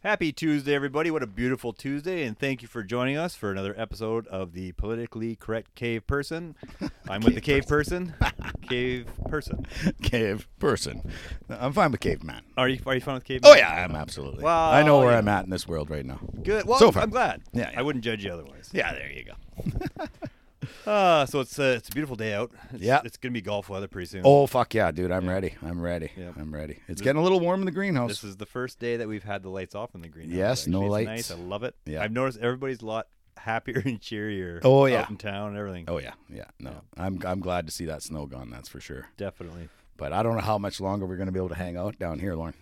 Happy Tuesday, everybody. What a beautiful Tuesday, and thank you for joining us for another episode of the Politically Correct Cave Person. I'm with the Cave Person. Cave Person. cave person. I'm fine with caveman. Are you, are you fine with Cave? Oh yeah, I'm absolutely. Well, I know where yeah. I'm at in this world right now. Good. Well, So far. I'm glad. Yeah, yeah. I wouldn't judge you otherwise. Yeah, there you go. Uh, so it's uh, it's a beautiful day out. It's, Yeah. It's going to be golf weather pretty soon. Oh fuck yeah, dude! I'm ready. I'm ready. Yeah. I'm ready. It's getting a little warm in the greenhouse. This is the first day that we've had the lights off in the greenhouse. Yes, no actually. It's lights. Nice. I love it. Yeah. I've noticed everybody's a lot happier and cheerier. Oh, yeah. Out in town and everything. oh yeah, yeah. No, I'm I'm glad to see that snow gone. That's for sure. Definitely. But I don't know how much longer we're gonna be able to hang out down here, Lauren.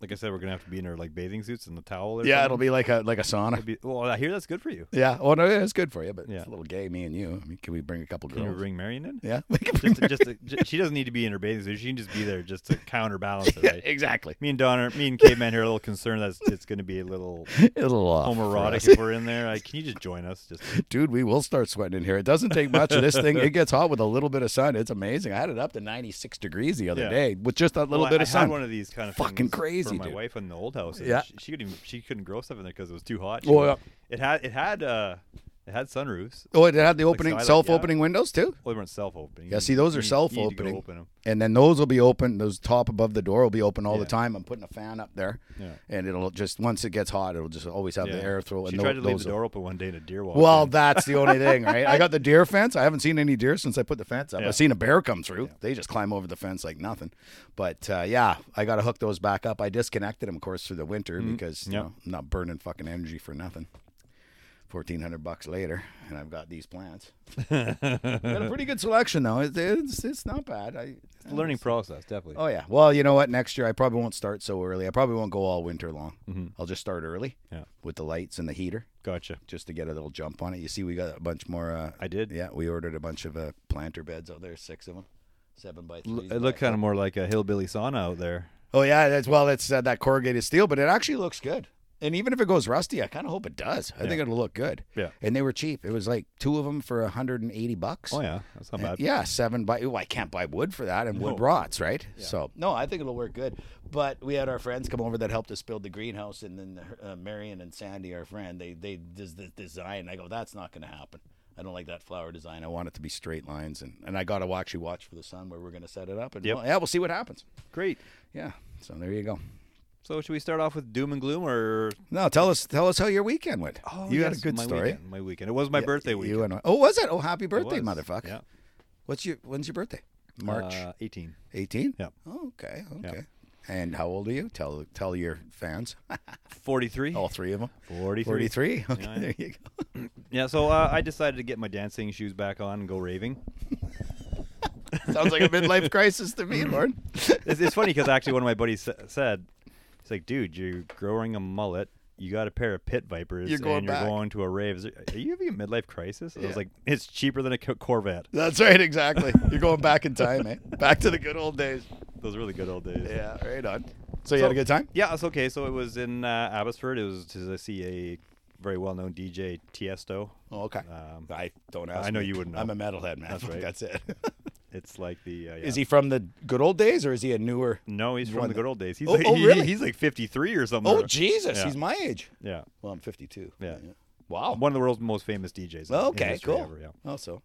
Like I said, we're gonna have to be in our like bathing suits and the towel. Or Yeah, it'll something. be like a like a sauna. It'll be. Well, I hear that's good for you. Yeah. Oh no, yeah, it's good for you, but Yeah. it's a little gay. Me and you. I mean, can we bring a couple Can you girls? bring Marion in? yeah. We can bring Just, just to, ju- she doesn't need to be in her bathing suit. She can just be there just to counterbalance it. yeah, Right? exactly. Me and Don are, me and Caveman here are a little concerned that it's going to be a little A little off for us. homoerotic if we're in there. Like, can you just join us? Just dude, we will start sweating in here. It doesn't take much of this thing. It gets hot with a little bit of sun. It's amazing. I had it up to 96 degrees the other Yeah. day with just that little Well, bit I, of I sun. had one of these kind of Fucking things for crazy, my dude. wife in the old house. and Yeah. Oh, she, she couldn't even, she couldn't grow stuff in there because it was too hot. She Well, was- it had it had uh it had sunroofs. oh, it had the opening, skylight, yeah. self-opening windows too. Well, they weren't self opening. Yeah, see, those are Need self-opening. to go open 'em. And then those will be open. Those top above the door will be open all Yeah. the time. I'm putting a fan up there, Yeah. and it'll just once it gets hot, it'll just always have Yeah. the air through. She and tho- tried to leave those the will- door open one day and a deer walked. Well, in. that's the only thing, right? I got the deer fence. I haven't seen any deer since I put the fence up. Yeah. I've seen a bear come through. They just climb over the fence like nothing. But uh, yeah, I got to hook those back up. I disconnected them, of course, through the winter Mm-hmm. because you Yep. know, I'm not burning fucking energy for nothing. Fourteen hundred bucks later, and I've got these plants. got a pretty good selection though. It's it's, it's not bad. I, it's a learning process, definitely. oh yeah. Well, you know what? Next year I probably won't start so early. I probably won't go all winter long. I'll just start early Mm-hmm. Yeah. with the lights and the heater Gotcha. just to get a little jump on it. You see, we got a bunch more. Uh, I did. Yeah, we ordered a bunch of uh, planter beds out there, six of them, seven by L- three. It looked kind of more like a hillbilly sauna out there. Oh yeah, that's well, that's uh, that corrugated steel, but it actually looks good. And even if it goes rusty, I kind of hope it does. I think it'll look good. Yeah. And they were cheap. It was like two of them for 180 bucks. Oh yeah, that's not And- bad. Yeah, seven by. Ooh, I can't buy wood for that, and wood No. rots, right? So no, I think it'll work good. But we had our friends come over that helped us build the greenhouse, and then uh, Marion and Sandy, our friend, they they does the design. I go, that's not going to happen. I don't like that flower design. I want it to be straight lines, and and I got to actually watch for the sun where we're going to set it up, and Yep. well, yeah, we'll see what happens. Great. Yeah, so there you go. So should we start off with doom and gloom or Now tell us tell us how your weekend went. Oh, you had a yes, good my story. Weekend, my weekend. It was my Yeah, birthday you weekend. and- oh, was it? Oh, happy It birthday, was. motherfucker! Yeah. What's your when's your birthday? March. Uh, 18. 18? Yep. Oh, okay. Yep. Okay. And how old are you? Tell tell your fans. 43. All Oh, three of them. 43. 43. Okay, Yeah. there you go. Yeah, so uh, I decided to get my dancing shoes back on and go raving. Sounds like a midlife crisis to me, Lord. It's, it's funny because actually one of my buddies sa- said, "He's like, dude, you're growing a mullet. You got a pair of pit vipers, You're going and you're back." going to a rave. Is there, are you having a midlife crisis?" I Yeah. was like, "It's cheaper than a Co- Corvette. That's right, exactly. You're going back in time, eh? Back to the good old days. Those really good old days." Yeah, right on. So you had a So- good time? Yeah, it's okay. So it was in uh, Abbotsford. It was to see a very well-known DJ Tiesto. Oh, okay. Um, I don't ask. I know me. you wouldn't I'm know. a metalhead, man. That's right. That's it. It's like the uh, yeah. Is he from the good old days or is he a newer? No, he's from one the that- good old days. He's Oh, like, oh, he- really? he's like 53 or something. Oh, Jesus. Yeah. He's my age. yeah, Well, I'm 52. Yeah. Wow. one of the world's most famous DJs. in Oh. okay, history cool. ever, yeah. Also,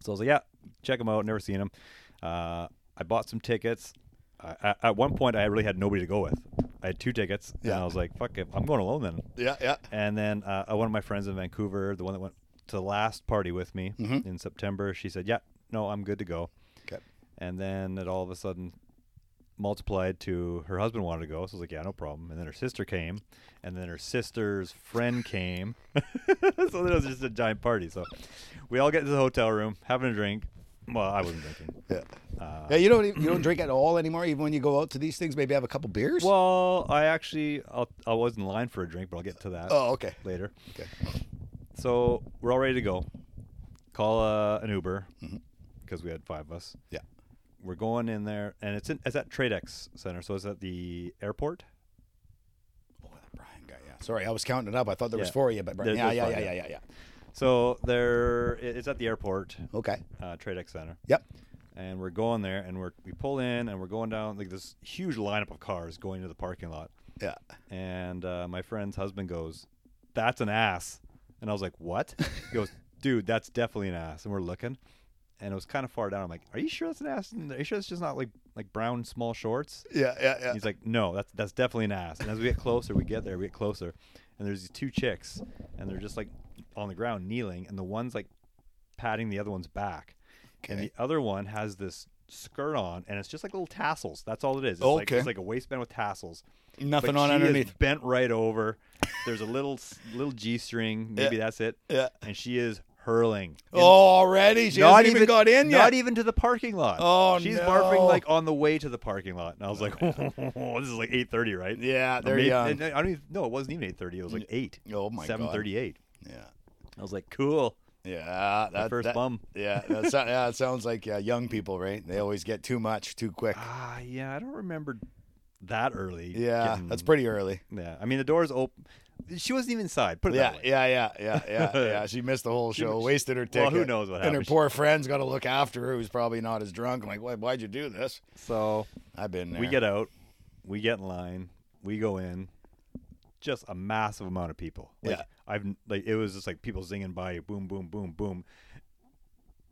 So I was like, yeah, check them out. Never seen them. Uh, I bought some tickets. I, I, at one point, I really had nobody to go with. I had two tickets, and Yeah. I was like, fuck it, I'm going alone then. yeah, yeah. And then uh, one of my friends in Vancouver, the one that went to the last party with me in September, she said, yeah, no, I'm good to go. Okay. And then it all of a sudden multiplied to her husband wanted to go. So I was like, yeah, no problem. And then her sister came. And then her sister's friend came. so then it was just a giant party. So we all get to the hotel room, having a drink. Well, I wasn't drinking. Yeah. Uh, yeah, you don't e-, you don't drink at all anymore, even when you go out to these things. Maybe have a couple beers. Well, I actually I'll, I was in line for a drink, but I'll get to that oh, okay. later. Okay. So we're all ready to go. Call uh, an Uber because we had five of us. Mm-hmm. Yeah. We're going in there, and it's in, it's at TradeX Center, so it's at the airport. Oh, that Brian guy. Yeah. Sorry, I was counting it up. I thought there was Yeah. four of you, but Brian. There- yeah, there's yeah, yeah, five, yeah, yeah. yeah, yeah. So there, it- it's at the airport, Okay. uh, TradeX Center. Yep. and we're going there, and we're we pull in, and we're going down like this huge lineup of cars going to the parking lot, Yeah. and uh, my friend's husband goes, "That's an ass," and I was like, "What?" He goes, "Dude, that's definitely an ass," and we're looking, and it was kind of far down. I'm like, "Are you sure that's an ass? And Are you sure it's just not like like brown small shorts?" Yeah. Yeah. Yeah. And he's like, no, that's that's definitely an ass. And as we get closer, we get there, we get closer, and there's these two chicks, and they're just like on the ground kneeling, and the one's like patting the other one's back, and Okay. the other one has this skirt on, and it's just like little tassels. That's all it is. It's like, Okay. it's like a waistband with tassels. But Nothing on she is underneath. bent right over. There's a little s- little g string, maybe that's it, Yeah. Oh, and she is hurling. in- Already, she hasn't even, got in yet. Not even to the parking lot. Oh, She's no. barfing like on the way to the parking lot, and I was like, oh, "This is like 8:30, right?" yeah, Or they're maybe- young. and I don't even. No, it wasn't even 8:30. It was like eight. oh my god. 7:38. Yeah. I was like, "Cool." Yeah, My that, first that- bum. Yeah, that, so, yeah, it sounds like uh, young people, right? They always get too much too quick. Ah, yeah. I don't remember that early. Yeah, getting- that's pretty early. Yeah. I mean, the door's open. She wasn't even inside. Put it Yeah, that way. yeah, yeah, yeah, yeah, yeah. She missed the whole show, she- wasted her well, ticket. who knows what And her happened. poor friend's got to look after her, who's probably not as drunk. I'm like, Why, why'd you do this? So I've been there. we get out. We get in line. We go in. Just a massive amount of people. Like, Yeah. I've like it was just like people zinging by, boom, boom, boom, boom.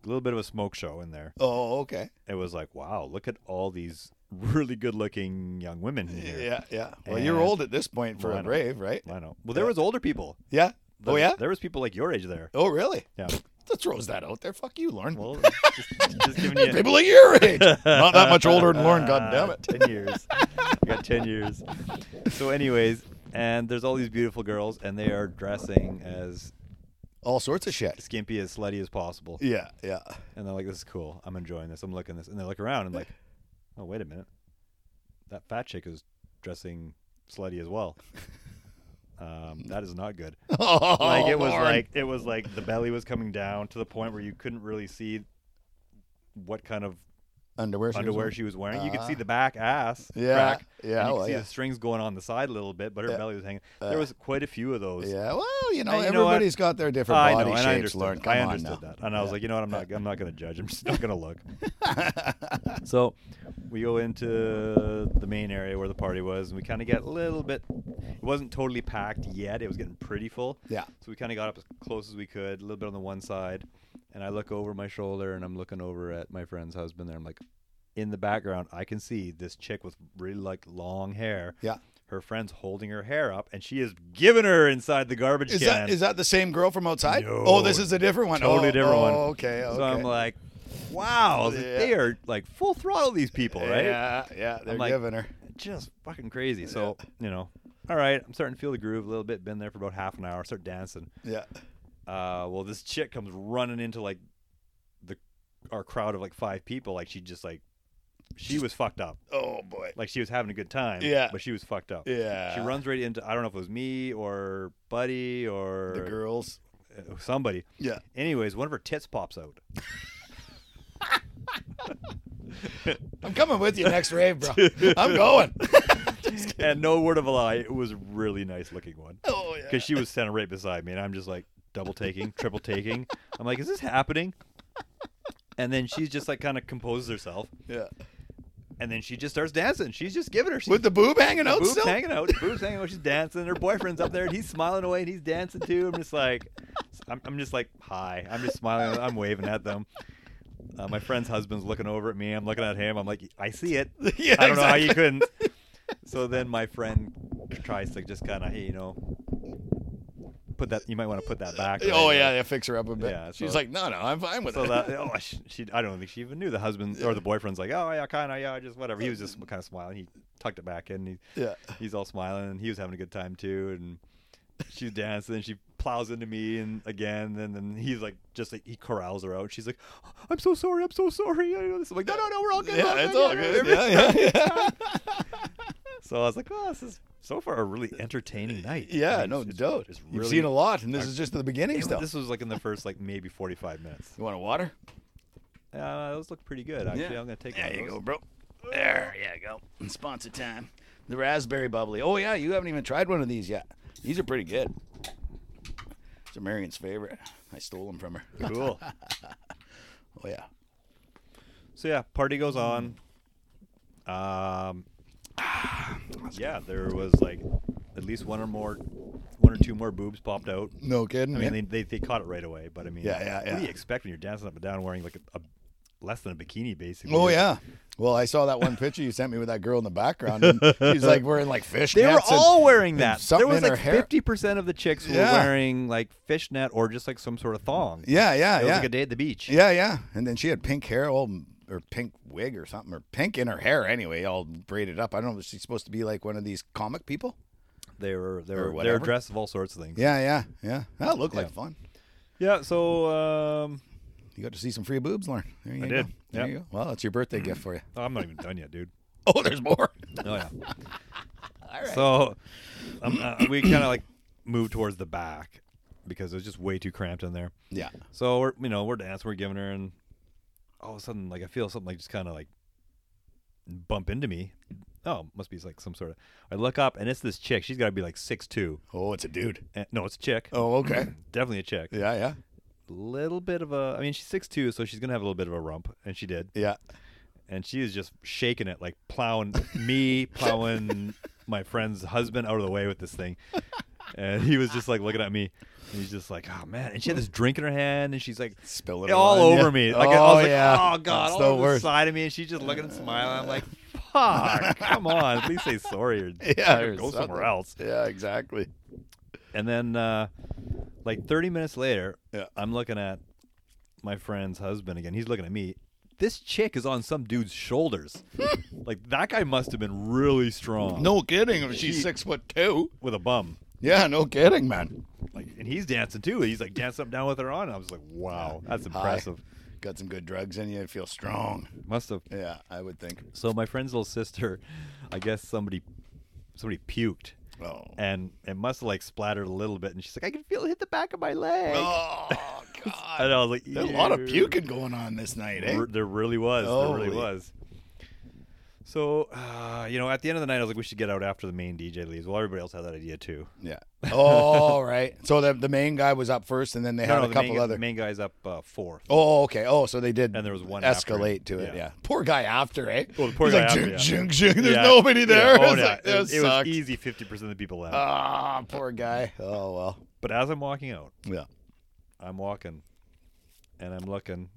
A little bit of a smoke show in there. Oh, okay. It was like, wow, look at all these really good-looking young women in here. Yeah, yeah. Well, you're And- old at this point for Well, I a know. brave, right? I know. Well, there Yeah. was older people. Yeah. There- oh, yeah. There was people like your age there. Oh, really? Yeah. That throws that out there. Fuck you, Lauren. Well, just, just giving you People like your age, not that much older than Lauren. God damn it. Ten years. I got ten years. So, anyways, and there's all these beautiful girls, and they are dressing as All sorts of shit. skimpy as slutty as possible. Yeah, yeah. And they're like, "This is cool. I'm enjoying this. I'm looking this." And they look around and like, "Oh, wait a minute. That fat chick is dressing slutty as well. Um, that is not good." Oh, like it was Lauren. like it was like the belly was coming down to the point where you couldn't really see what kind of underwear. she was underwear wearing. Ah. she was wearing. you could see the back ass Yeah, crack, and yeah, you could well, see yeah. the strings going on the side a little bit, but her Yeah. belly was hanging. Uh, there was quite a few of those. Yeah, well, you know, And you know what? everybody's got their different I body know, and I shapes, Lauren. understood. Come I on understood now. that, and I was like, you know what? I'm not. I'm not going to judge. I'm just not going to look. so, we go into the main area where the party was, and we kind of get a little bit. It wasn't totally packed yet. It was getting pretty full. Yeah. So we kind of got up as close as we could, a little bit on the one side, and I look over my shoulder, and I'm looking over at my friend's husband. There, I'm like, in the background, I can see this chick with really like long hair. Yeah. Her friend's holding her hair up, and she is giving her inside the garbage Is can. that is that the same girl from outside? No. oh, this is a different one. Totally oh, different oh, one. Okay, okay. So I'm like, wow, th- Yeah. they are like full throttle these people, right? Yeah, yeah, they're I'm like- giving her. Just fucking crazy. So, you know, all right, I'm starting to feel the groove a little bit. Been there for about half an hour, start dancing. Yeah. Uh, well, this chick comes running into like the our crowd of like five people. Like she just like she was fucked up. Oh boy. Like she was having a good time. Yeah. But she was fucked up. Yeah. She runs right into I don't know if it was me or Buddy or the girls. uh, somebody. Yeah. Anyways, one of her tits pops out. I'm coming with you next rave, bro. I'm going. and no word of a lie, it was a really nice looking one. oh yeah. Because she was standing right beside me, and I'm just like double taking, triple taking. I'm like, is this happening? And then she's just like kind of composes herself, Yeah. and then she just starts dancing. She's just giving her. She's With the boob hanging out boobs still. hanging out, boobs hanging out. She's dancing. Her boyfriend's up there, and he's smiling away, and he's dancing too. I'm just like, I'm, I'm just like, hi. I'm just smiling. I'm waving at them. Uh, my friend's husband's looking over at me. I'm looking at him. I'm like, I see it. Yeah, I don't know how you exactly. couldn't. So then my friend tries to just kind of, hey, you know, put that. You might want to put that back. Oh right? yeah, yeah. Fix her up a bit. Yeah, She's so- like, no, no, I'm fine with So it. that oh she, she I don't think she even knew the husband or the boyfriend's like oh yeah kind of yeah just whatever he was just kind of smiling he tucked it back in he yeah. he's all smiling and he was having a good time too and she's dancing and she plows into me and again and then he's like just like he corrals her out she's like "Oh, i'm so sorry i'm so sorry I know this. i'm like no no no we're all good we're Yeah, it's all good. everything- Yeah, yeah, yeah. so i was like oh this is so far a really entertaining night I Yeah, mean, no it's- doubt. it's You've really- seen a lot, and this is just the beginning it- still. this was like in the first like maybe 45 minutes you want a water? uh, those look pretty good actually Yeah. i'm gonna take There one of you those. go, bro. There you go. Sponsor time. The raspberry bubbly. Oh yeah, you haven't even tried one of these yet. These are pretty good. These are Marion's favorite. I stole them from her. cool Oh yeah. So yeah, party goes on. Mm. Um, Ah, yeah, there was like at least one or more, one or two more boobs popped out. No kidding. I mean, they, they, they caught it right away, but I mean, Yeah, yeah, What do yeah. you expect when you're dancing up and down wearing like a, a less than a bikini, basically? Oh yeah. Well, I saw that one picture you sent me with that girl in the background. And she's like wearing like fishnets. They were and- all wearing that. There something was in her like hair. fifty percent of the chicks were Yeah. wearing like fishnet or just like some sort of thong. yeah, yeah, It was yeah, like a day at the beach. yeah, yeah. And then she had pink hair, all or pink wig or something, or pink in her hair anyway, all braided up. I don't know. Was she supposed to be like one of these comic people? They were they Or were they were whatever. dressed of all sorts of things. Yeah, yeah, yeah. That looked like Yeah. fun. Yeah. so um, You got to see some free boobs, Lauren. There you I go. did. There Yep. you go. Well, that's your birthday gift for you. I'm not even done yet, dude. Oh, there's more. Oh yeah. So um, uh, we kind of like moved towards the back because it was just way too cramped in there. yeah. So we're you know we're dancing, we're giving her, and all of a sudden like I feel something like just kind of like bump into me. Oh, must be like some sort of. I look up and it's this chick. She's got to be like six two. Oh, it's a dude. No, it's a chick. Oh, okay. Definitely a chick. Yeah, yeah, Little bit of a. I mean, she's six two, so she's gonna have a little bit of a rump, and she did. yeah. and she is just shaking it, like plowing me, plowing my friend's husband out of the way with this thing. And he was just like looking at me. And he's just like, oh man. And she had this drink in her hand, and she's like Spilling it all on over ya. me. Like I Oh, was like, yeah. oh god, That's all the over worst. the side of me, and she's just looking and smiling. I'm like, fuck, come on, at least say sorry or, Yeah, or or go somewhere something. else. Yeah, exactly. And then, uh, like 30 minutes later, uh, Yeah. I'm looking at my friend's husband again. He's looking at me. This chick is on some dude's shoulders. like that guy must have been really strong. No kidding. If she's six foot two. with a bum. Yeah, no kidding, man. Like, and he's dancing too. He's like dancing up and down with her on. I was like, wow, that's Hi. impressive. Got some good drugs in you. You feel strong. Must have. Yeah, I would think. So my friend's little sister, I guess somebody, somebody puked. Oh. And it must have like splattered a little bit, and she's like, "I can feel it hit the back of my leg." Oh, And God. I was like, There's a lot of "Ew." puking going on this night, eh? Re- there really was. There Holy. really was. So, uh, you know, at the end of the night, I was like, we should get out after the main DJ leaves. Well, everybody else had that idea too. Yeah. Oh, all right. So the, the main guy was up first, and then they had no, a the couple main, other. The main guy's up uh, fourth. Oh, okay. Oh, so they did. And there was one after escalate him. to it. Yeah. Yeah. Poor guy after, eh? Well, the poor He's guy like, after, "Jing, yeah. jing, jing, There's Yeah. nobody there. Yeah, oh, It's yeah. like, It, was, "This it was sucks." easy 50% of the people left. Ah, poor guy. Oh well. but as I'm walking out, Yeah. I'm walking and I'm looking.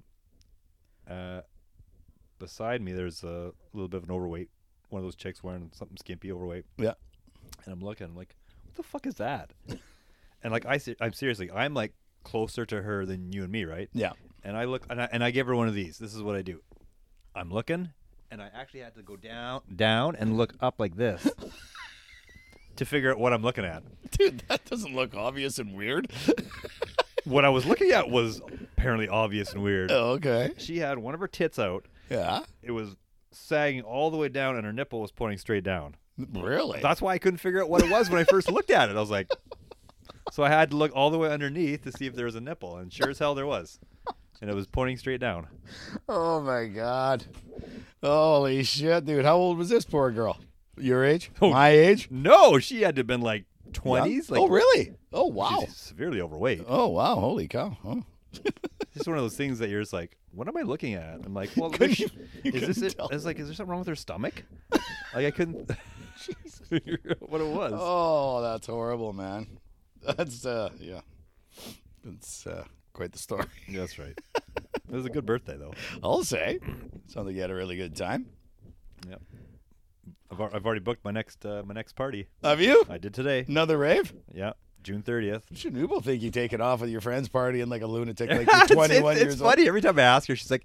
Uh, beside me, there's a little bit of an overweight, one of those chicks wearing something skimpy overweight. Yeah. and I'm looking, I'm like, what the fuck is that? and like I, se- I'm seriously, I'm like closer to her than you and me, right? Yeah. And I look, and I, and I give her one of these. This is what I do. I'm looking, and I actually had to go down, down, and look up like this to figure out what I'm looking at. Dude, that doesn't look obvious and weird. What I was looking at was apparently obvious and weird. Oh. okay. She had one of her tits out. Yeah. It was sagging all the way down, and her nipple was pointing straight down. Really? That's why I couldn't figure out what it was when I first looked at it. I was like, so I had to look all the way underneath to see if there was a nipple, and sure as hell there was, and it was pointing straight down. oh my god. Holy shit, dude. How old was this poor girl? Your age? Oh, My age? No, she had to have been like twenties. Yeah. Like, oh really? Oh she's wow. severely overweight. Oh wow. Holy cow. Oh. It's one of those things that you're just like, what am I looking at? I'm like, well, Couldn't is, you- you is this couldn't it? tell. It's like, is there something wrong with her stomach? like I couldn't figure out what it was. Oh, that's horrible, man. That's uh yeah. It's uh quite the story. Yeah, That's right. It was a good birthday though. I'll say. Sounds like you had a really good time. Yep. I've, al- I've already booked my next uh, my next party. Have you? I did today. Another rave? Yeah, June thirtieth. Chernobyl think you take it off at your friend's party and like a lunatic like you're 21 it's, years it's old. funny every time I ask her, she's like,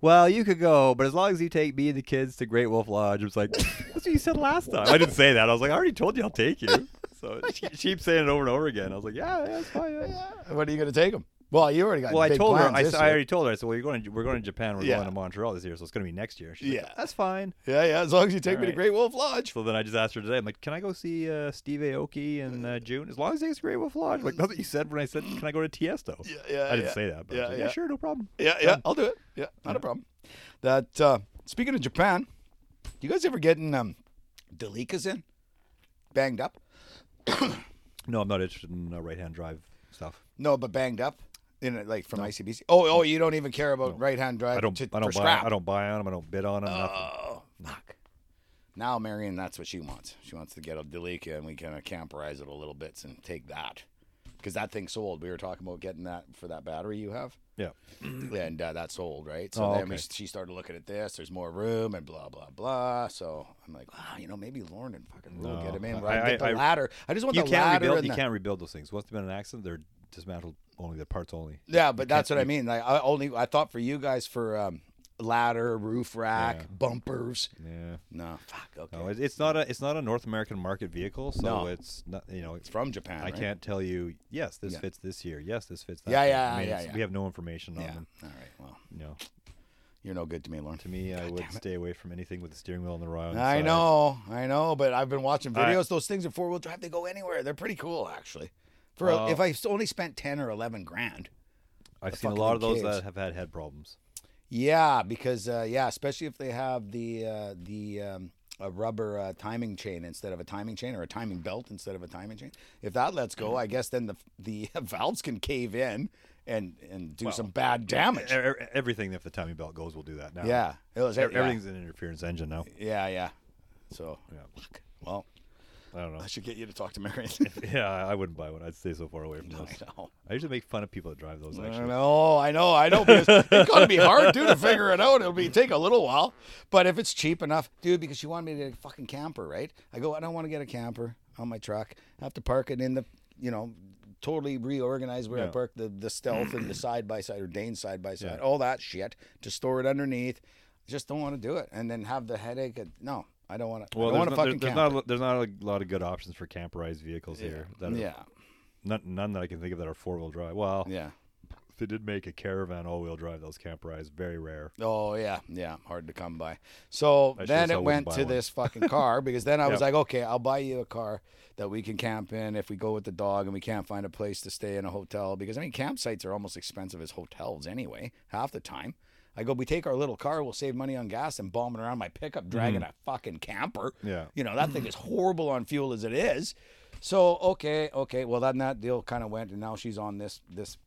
"Well, you could go, but as long as you take me and the kids to Great Wolf Lodge." I was like, "That's what you said last time." I didn't say that. I was like, "I already told you I'll take you." So she, she keeps saying it over and over again. I was like, "Yeah, yeah, it's fine." yeah, yeah." What are you going to take them? Well, you already got. Well, I Uh, big told her. plans I, this s- I year. already told her. I said, "Well, you're going. To, we're going to Japan. We're Yeah. going to Montreal this year, so it's going to be next year." She's Yeah. like, "That's fine." Yeah, yeah. As long as you take me to Alright. Great Wolf Lodge. So then I just asked her today. I'm like, "Can I go see uh, Steve Aoki in uh, June? As long as it's Great Wolf Lodge." Like that's what you said when I said, "Can I go to Tiesto?" Yeah, yeah. I didn't yeah. say that. But I was Yeah, like, yeah. sure, no problem. Yeah, yeah. I'll do it. Yeah, not a problem. That uh, speaking of Japan, you guys ever getting um, Delikas in banged up? No, I'm not interested in uh, right-hand drive stuff. No, but banged up. in it, like from ICBC. Oh, oh, you don't even care about right hand drive. I don't. to- I don't for buy. scrap. I don't buy on them. I don't bid on them. nothing. Oh fuck! Now Marion, that's what she wants. She wants to get a Delica, and we kind of camperize it a little bit and take that because that thing's sold. We were talking about getting that for that battery you have, Yeah. and uh, that's sold, right? So Mm-hmm. Oh, then we, okay. she started looking at this. There's more room and blah blah blah. So I'm like, wow, you know, maybe Lauren and fucking will get him in. I- Right? I- get the I- ladder. I just want You the can't ladder. rebuild. and You the- can't rebuild those things. Once there's been an accident, they're dismantled only. They're parts only. Yeah, but that's what I mean. Like, I only I thought for you guys for um, ladder, roof rack, Yeah. bumpers. Yeah. No, fuck. Okay, No, it, it's not a. It's not a North American market vehicle. So No. it's not. You know. it's from Japan. I right? can't tell you. Yes, this Yeah. fits this year. Yes, this fits that. Yeah, year." yeah, I mean, yeah, it's- yeah. We have no information on Yeah. them. All right. Well, You know, you're no good to me, Lauren. to me, I would stay away from anything with the steering wheel on the right. I know, I know, but I've been watching All right. videos. Those things in four wheel drive, they go anywhere. They're pretty cool, actually. For Well- if I s- only spent ten or eleven grand. I've seen a fucking lot of those kids. that have had head problems. Yeah, because uh, yeah, especially if they have the uh, the um, a rubber uh, timing chain instead of a timing chain or a timing belt instead of a timing chain. If that lets Mm-hmm. go, I guess then the the valves can cave in and and do some bad damage. E- e- Everything if the timing belt goes will do that now. yeah, it was E- yeah. Everything's an interference engine now. Yeah, yeah. So Yeah. well, I don't know. I should get you to talk to Marion. Yeah, I I wouldn't buy one. I'd stay so far away from those. I know. I usually make fun of people that drive those. I Actually, know, I know, I know. Because it's gonna be hard, dude, to figure it out. It'll be take a little while, but if it's cheap enough, dude, because you wanted me to get a fucking camper, right? I go, I don't want to get a camper on my truck. I have to park it in the, you know, totally reorganize where I Yeah. park the the stealth and the side by side or Dane's side by side, all that shit to store it underneath. I just don't want to do it, and then have the headache. Of, no, I don't want to. well, there's, I don't no, want to there- fucking there's camper. not a- there's not a lot of good options for camperized vehicles here. That are, yeah, none, none that I can think of that are four wheel drive. Well, yeah. they did make a caravan all wheel drive. Those camperized, very rare. Oh yeah, yeah, hard to come by. So I then should've said I it wouldn't went buy to one. this fucking car because then I Yep. was like, okay, I'll buy you a car that we can camp in if we go with the dog and we can't find a place to stay in a hotel because I mean campsites are almost expensive as hotels anyway half the time. I go, we take our little car, we'll save money on gas and bombing around my pickup dragging a fucking camper. Mm-hmm. Yeah. You know, that thing is horrible on fuel as it is. So, okay, okay. Well, then that deal kind of went, and now she's on this this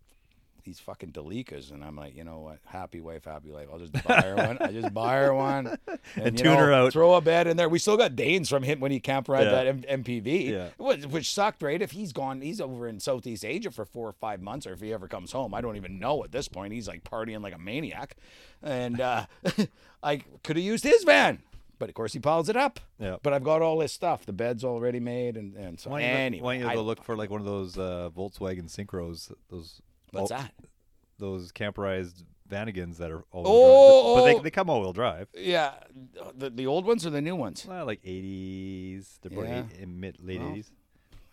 these fucking Delikas, and I'm like, you know what? Happy wife, happy life. I'll just buy her one. I just buy her one and, you tune her out. Throw a bed in there. We still got Danes from him when he camp ride Yeah. that M- MPV, Yeah. which, which sucked, right? If he's gone, he's over in Southeast Asia for four or five months, or if he ever comes home, I don't even know at this point. He's like partying like a maniac, and uh, I could have used his van. But of course, he piles it up. Yeah. But I've got all his stuff. The bed's already made, and, and so Why don't you, anyway. look, why don't you I- go look for like one of those uh, Volkswagen Synchros? Those what's all- that? Those camperized vanagons that are all Oh, drive, but oh. they, they come all wheel drive. Yeah, the, the old ones or the new ones? Well, like 80s, they're probably Yeah. eight- in mid late Well, 80s.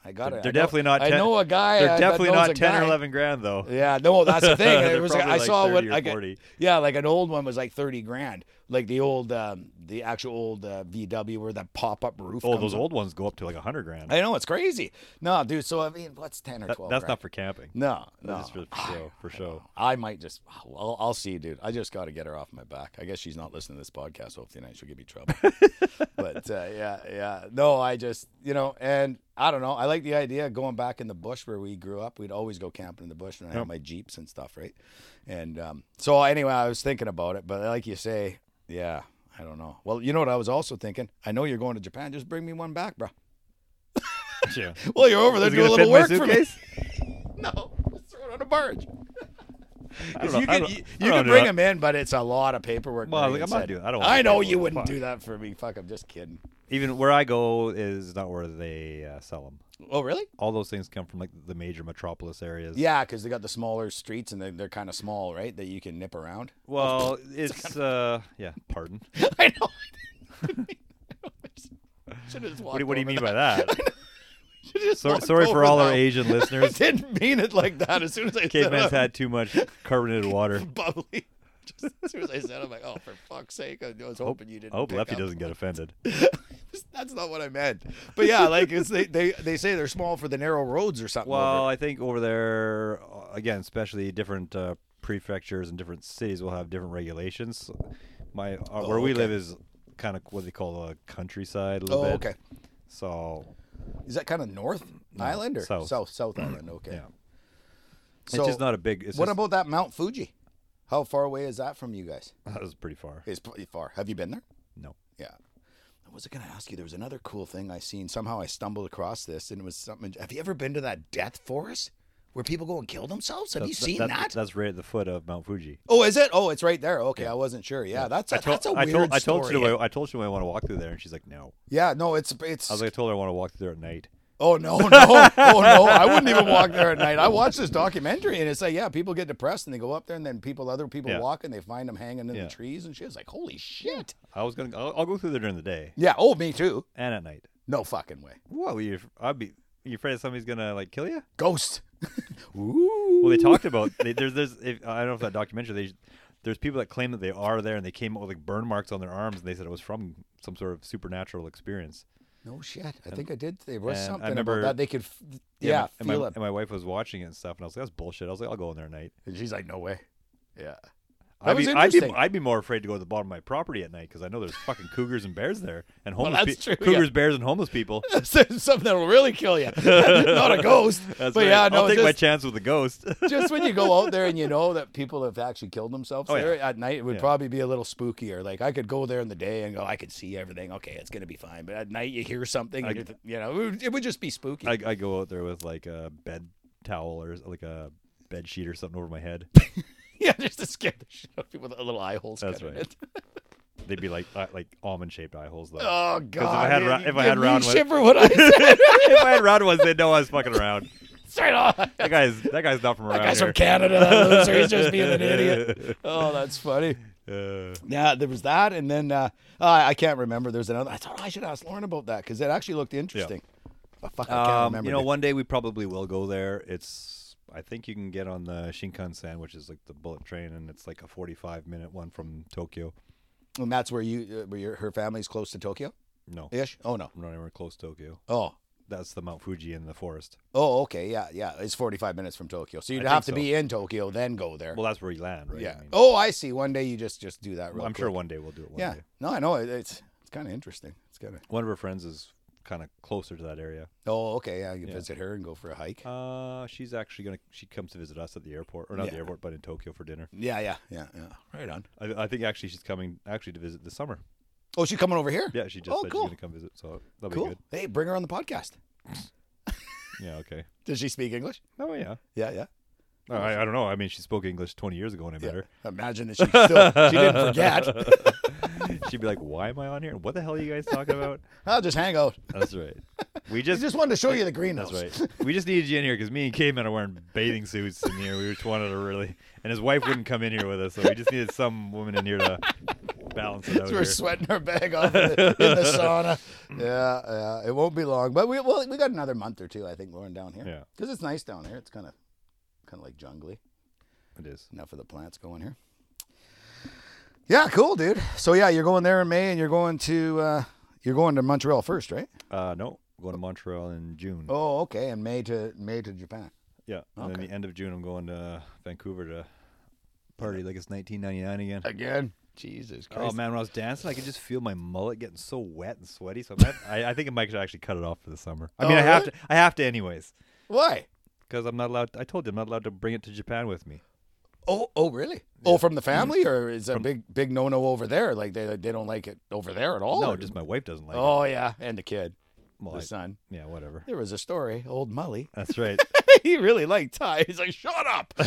I got They're it. I know- definitely not. I 10, know a guy. uh, They're that definitely knows a not 10 or guy. 11 grand though. Yeah, no, that's the thing. It They're was like- I probably like saw 30 what or I got- 40. Yeah, like an old one was like thirty grand, like the old, um, the actual old uh, VW where that pop up roof. Oh, comes those up. old ones go up to like 100 grand. I know it's crazy. No, dude. So I mean, what's ten or That- twelve? that's grand? not for camping. No, no. That's just for, for show. For show. I might just. I'll, I'll see, dude. I just got to get her off my back. I guess she's not listening to this podcast. Hopefully, tonight she'll give me trouble. but uh, yeah, yeah. No, I just, you know, and I don't know. I like the idea of going back in the bush where we grew up. We'd always go camping in the bush, and I had my jeeps and stuff, right? And um, so anyway, I was thinking about it, but like you say, yeah, I don't know. Well, you know what? I was also thinking. I know you're going to Japan. Just bring me one back, bro. Yeah. Well, you're over there Is it gonna doing a fit in little my work for me. suitcase? No, just throw it on a barge. I don't You know- I can, don't- you, I don't you can do bring that. him in, but it's a lot of paperwork. Well, Marion like, I'm not said. doing- I don't wanna I do know paperwork. you wouldn't Fuck. do that for me. Fuck, I'm just kidding. Even where I go is not where they uh, sell them. Oh, really? All those things come from like the major metropolis areas. Yeah, because they got the smaller streets and they're, they're kind of small, right? That you can nip around. Well, it's uh, yeah. Pardon. I know. Should have just What walked do, what do you over mean that. by that? Should have just Sorry, walked sorry over for all our that. Asian I listeners. didn't mean it like that. As soon as I said Cavemen's it, had too much carbonated water. I'm bubbly. Just as soon as I said, it, I'm like, oh, for fuck's sake! I was hoping you didn't. I hope pick Lefty up. doesn't get offended. That's not what I meant. But yeah, like it's, they, they they say they're small for the narrow roads or something. over Well, I think over there, uh, again, especially different uh, prefectures and different cities will have different regulations. So My uh, where we Oh, okay. live is kind of what they call a countryside a little Oh, bit. okay. So Is that kind of North Island or south. South South Island? Okay. yeah, So it's just not a big. It's what just- about that Mount Fuji? How far away is that from you guys? That was pretty far. It's pretty far. Have you been there? No. Yeah. I was going to ask you. There was another cool thing I seen. Somehow I stumbled across this, and it was something. Have you ever been to that death forest where people go and kill themselves? Have you That's- seen that's- that? That's right at the foot of Mount Fuji. Oh, is it? Oh, it's right there. Okay, I wasn't sure. Yeah, that's a, that's a I weird told, I told story. you I, I told you I want to walk through there, and she's like, "No." yeah, no, it's it's. I was like, "I told her I want to walk through there at night." oh no, no, oh no! I wouldn't even walk there at night. I watched this documentary, and it's like, yeah, people get depressed, and they go up there, and then people, other people Yeah. walk, and they find them hanging in Yeah. the trees, and shit's like, holy shit. I was gonna. I'll, I'll go through there during the day Yeah. Oh, me too. and at night. No fucking way. What? Were you, I'd be. You afraid that somebody's gonna like kill you? Ghost. Ooh. Well, they talked about they, there's there's if, I don't know if that documentary they there's people that claim that they are there and they came out with like burn marks on their arms and they said it was from some sort of supernatural experience. No shit. I think I did. There was and I something remember- about that. They could, f- yeah, and my, feel and my, it. and my wife was watching it and stuff, and I was like, "That's bullshit." I was like, "I'll go in there at night." And she's like, no way. Yeah. That I'd was be, I'd be, interesting. I'd be more afraid to go to the bottom of my property at night because I know there's fucking cougars and bears there, and homeless that's peo- true, yeah. cougars, bears, and homeless people. something that'll really kill you. Not a ghost. That's but right. yeah, no, I'll take just, my chance with the ghost. just when you go out there and you know that people have actually killed themselves Oh, yeah. there at night, it would Yeah. probably be a little spookier. Like I could go there in the day and go, I could see everything. Okay, it's gonna be fine. But at night, you hear something, and I- you're th- you know, it would, it would just be spooky. I, I go out there with like a bed towel or like a bed sheet or something over my head. yeah, just to scare the shit out of people with a little eye holes. That's cut in right. it. They'd be like uh, like almond shaped eye holes though. Oh god. had man, ra- you if I give had me round one- shit for what I said. if I had round ones, they'd know I was fucking around. Straight on. That guy's that guy's not from around That guy's here. from Canada, that loser. He's just being an idiot. Oh, that's funny. Uh, Yeah, there was that, and then uh, I I can't remember. There's another. I thought I should ask Lauren about that because it actually looked interesting. Oh, fuck, I can't um, remember. you know, dude. one day we probably will go there. It's I think you can get on the Shinkansen, which is like the bullet train, and it's like a forty-five minute one from Tokyo. And that's where you, uh, where your, her family's close to Tokyo, No, ish. Oh no. I'm not anywhere close to Tokyo. Oh. That's the Mount Fuji in the forest. Oh, okay. Yeah, yeah. It's 45 minutes from Tokyo, so you'd think have to so. be in Tokyo then go there. Well, that's where you land, right? yeah. I mean, oh, I see. One day you just just do that. Real I'm sure quick. one day we'll do it. One Yeah. day. No, I know. It, it's it's kind of interesting. It's kind of. One of her friends is kind of closer to that area. Oh, okay. Yeah, you Yeah. visit her and go for a hike. Uh, she's actually gonna. She comes to visit us at the airport, or not the Yeah. airport, but in Tokyo for dinner. yeah, yeah, yeah, yeah. Right on. I, I think actually she's coming actually to visit this summer. Oh, she's coming over here. Yeah, she just Oh, said cool. she's gonna come visit, so that'll cool. be good. Hey, bring her on the podcast. Yeah, okay. Does she speak English? Oh yeah. Yeah, yeah. I, I don't know. I mean, she spoke English 20 years ago when I met Imagine that she still she didn't forget. her. She'd be like, "Why am I on here? What the hell are you guys talking about?" I'll just hang out. That's right. We I just, just wanted to show you the greenhouse. that's right. We just needed you in here because me and Caveman are wearing bathing suits in here. We just wanted to really, and his wife wouldn't come in here with us, so we just needed some woman in here to balance it out. So we're here. sweating our bag off in the, in the sauna. Yeah, yeah. It won't be long, but we well, we got another month or two, I think, Lauren, down here. Yeah. Because it's nice down here. It's kind of kind of like jungly. It is. Enough of the plants going here. Yeah, cool, dude. So yeah, you're going there in May, and you're going to uh, you're going to Montreal first, right? Uh, no, going to Montreal in June. Oh, okay. And May to May to Japan. Yeah, and okay. then the end of June, I'm going to Vancouver to party like it's 1999 again. Again. Jesus Oh man, when I was dancing, I could just feel my mullet getting so wet and sweaty. So I'm gonna have- I, I think I might actually cut it off for the summer. I mean, Oh, I have really? to. I have to anyways, Why? because I'm not allowed. I told you I'm not allowed to bring it to Japan with me. Oh, oh, really? Oh, from the family, or is a big, big no-no over there? Like they, they don't like it over there at all. no, or- just my wife doesn't like it. Oh yeah, and the kid, Well, the I- son. yeah, whatever. There was a story, old Mully. That's right. he really liked Ty. He's like, shut up. I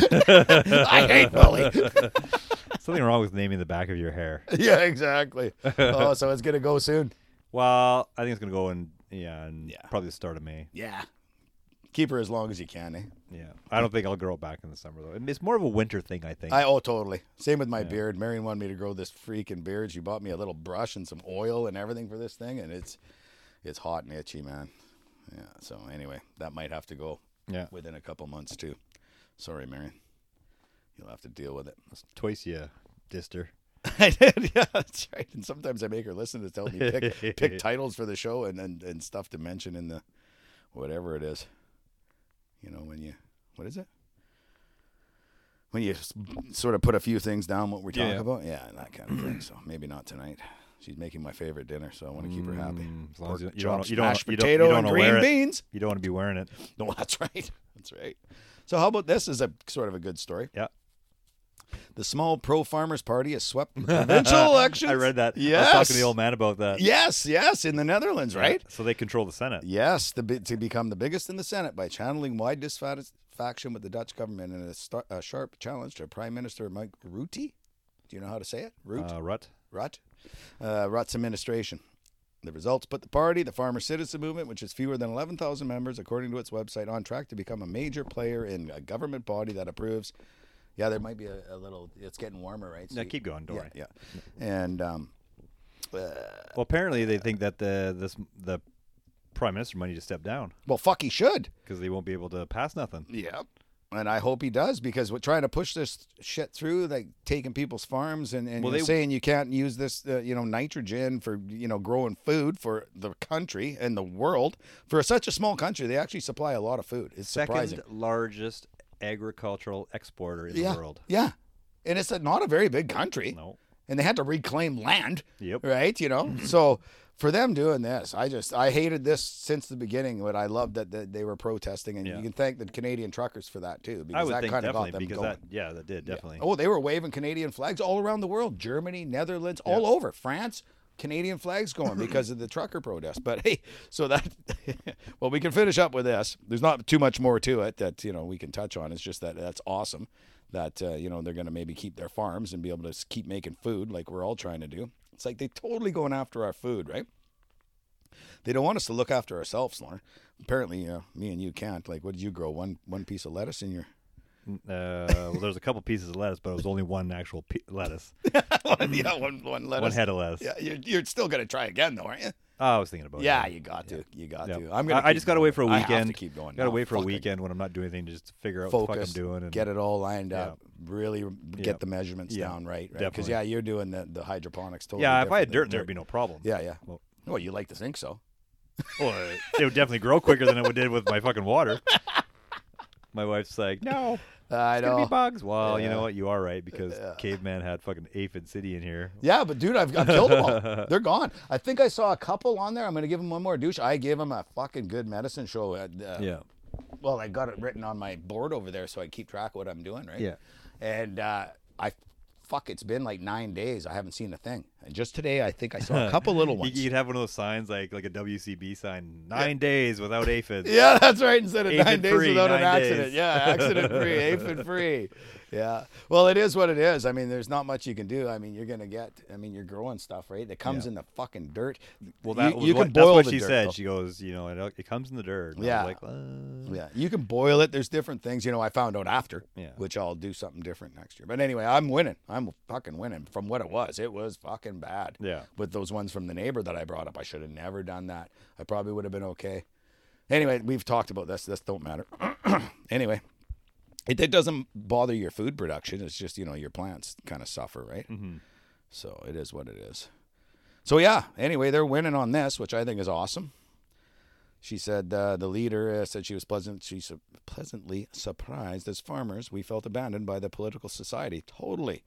hate Mully. Something wrong with naming the back of your hair. yeah, exactly. Oh, so it's gonna go soon. Well, I think it's gonna go in. Yeah, in probably the start of May. Yeah. Keep her as long as you can. Eh? Yeah, I don't think I'll grow it back in the summer though. It's more of a winter thing, I think. I oh totally. Same with my beard. Marion wanted me to grow this freaking beard. She bought me a little brush and some oil and everything for this thing, and it's it's hot and itchy, man. Yeah. So anyway, that might have to go yeah, within a couple months too. Sorry, Marion. You'll have to deal with it. twice yeah, dister. I did, yeah, that's right. And sometimes I make her listen to tell me pick, pick titles for the show and, and and stuff to mention in the whatever it is. You know when you what is it? When you s- sort of put a few things down what we're Yeah, talking yeah. about, yeah, that kind of thing. So maybe not tonight. She's making my favorite dinner, so I want to keep her happy. Mm, as long as you, Pork you don't, chops, you don't, mashed you don't, you potato don't and wanna green wear it. beans. You don't want to be wearing it. No, that's right. That's right. So how about this is a sort of a good story. Yeah. The small pro farmers party has swept the provincial elections. Uh, um, I read that. I was Yes. talking to the old man about that. Yes, yes, in the Netherlands, right? So they control the Senate. Yes, the, bi- to become the biggest in the Senate by channeling wide dissatisfaction with the Dutch government in a, star- a sharp challenge to Prime Minister Mike Rutte. Do you know how to say it? Rutte? Uh, Rut. Rut, uh, Rut's administration. The results put the party, the farmer citizen movement, which is fewer than 11,000 members, according to its website, on track to become a major player in a government body that approves. Yeah, there might be a, a little. It's getting warmer, right? So No, you- keep going. Don't yeah, worry. yeah. And um, Well, apparently they think that the this the prime minister might need to step down well, fuck, he should. because they won't be able to pass nothing. Yep. And I hope he does because we're trying to push this shit through, like taking people's farms and, and Well, you're they- saying you can't use this, uh, you know, nitrogen for, you know, growing food for the country and the world. For such a small country, they actually supply a lot of food. It's surprising. Second largest agricultural exporter in yeah. the world. Yeah. And it's a, not a very big country. No. And they had to reclaim land. Yep. Right? You know? so for them doing this, I just, I hated this since the beginning, but I loved that, that they were protesting. And Yeah. you can thank the Canadian truckers for that too, because I would that think kind of definitely got them because going. that yeah that did definitely. Oh, they were waving Canadian flags all around the world Germany, Netherlands, all over France. Canadian flags going because of the trucker protest. But hey, so that, well, we can finish up with this. There's not too much more to it that, you know, we can touch on. It's just that that's awesome that, uh, you know, they're going to maybe keep their farms and be able to s- keep making food like we're all trying to do. It's like they totally going after our food, right? They don't want us to look after ourselves, Lauren. Apparently, uh, me and you can't. Like, what did you grow? One one piece of lettuce in your Uh, well, there's a couple pieces of lettuce, but it was only one actual pe- lettuce, yeah one one lettuce. one head of lettuce. Yeah, you're, you're still gonna try again though, aren't you? Oh, I was thinking about Yeah, it. you got to. You got Yeah. to. I'm I, gonna. I keep just got to going. wait for a I have weekend. to keep going. Got to now. wait for a Fucking weekend when I'm not doing anything to just figure out what the fuck Focus. I'm doing. And Get it all lined up. Really Yeah. get the measurements Yeah, down right. Because definitely. yeah, you're doing the, the hydroponics totally. yeah, if I had dirt, different in there than would be no problem. Yeah, yeah. Well- Well, you like to think so. Well, it- it would definitely grow quicker than it would did with my fucking water. My wife's like, no, I it's gonna know. be bugs. Well, you know Yeah. what? You are right because caveman had fucking aphid city in here. Yeah, but dude, I've, I've killed them all. They're gone. I think I saw a couple on there. I'm gonna give them one more douche. I gave them a fucking good medicine show. At, uh, Yeah, well, I got it written on my board over there, so I keep track of what I'm doing, right? Yeah. And uh, I, fuck, it's been like nine days. I haven't seen a thing. And just today, I think I saw a couple little you ones. could have one of those signs like like a WCB sign, nine days without aphids. yeah, that's right. Instead of Aphid nine days free, without an nine accident. days. Yeah, accident free, aphid free. Yeah. Well, it is what it is. I mean, there's not much you can do. I mean, you're gonna get. I mean, you're growing stuff, right? That comes in the fucking dirt. Well, that you, was you what, can boil that's the what she dirt, said. though. She goes, you know, it, it comes in the dirt. And Yeah. I was like, "Uh." Yeah, you can boil it. There's different things. You know, I found out after, Yeah. which I'll do something different next year. But anyway, I'm winning. I'm fucking winning from what it was. It was fucking bad. Yeah. With those ones from the neighbor that I brought up, I should have never done that. I probably would have been okay. Anyway, we've talked about this. This don't matter. anyway, it, it doesn't bother your food production. It's just you know your plants kind of suffer, right? Mm-hmm. So it is what it is. So yeah. Anyway, they're winning on this, which I think is awesome. She said uh, the leader uh, said she was pleasant. She su- pleasantly surprised as farmers we felt abandoned by the political society. Totally.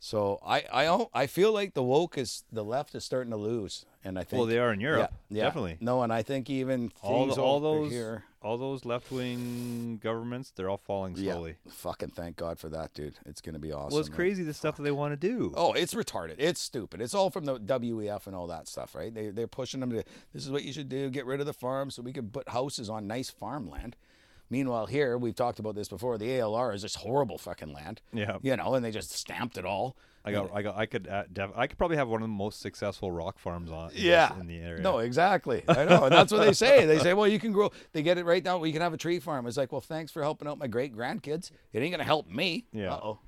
So I I don't- I feel like the woke is the left is starting to lose, and I think Well, they are in Europe, Yeah, yeah. definitely. No, and I think even all things the, all over those here. all those left wing governments, they're all falling slowly. Yeah, fucking thank God for that, dude. It's gonna be awesome. Well, it's man. crazy the stuff that they want to do. Oh, it's retarded. It's stupid. It's all from the WEF and all that stuff, right? They, they're pushing them to this is what you should do get rid of the farm so we can put houses on nice farmland. Meanwhile, here, we've talked about this before, the ALR is this horrible fucking land. Yeah. You know, and they just stamped it all. I got, I got, I could, uh, def- I could probably have one of the most successful rock farms on. in this- Yeah. in the area. No, exactly. I know. And that's what they say. They say, well, you can grow, they get it right now. We can have a tree farm. It's like, well, thanks for helping out my great grandkids. It ain't going to help me. Yeah. Uh oh.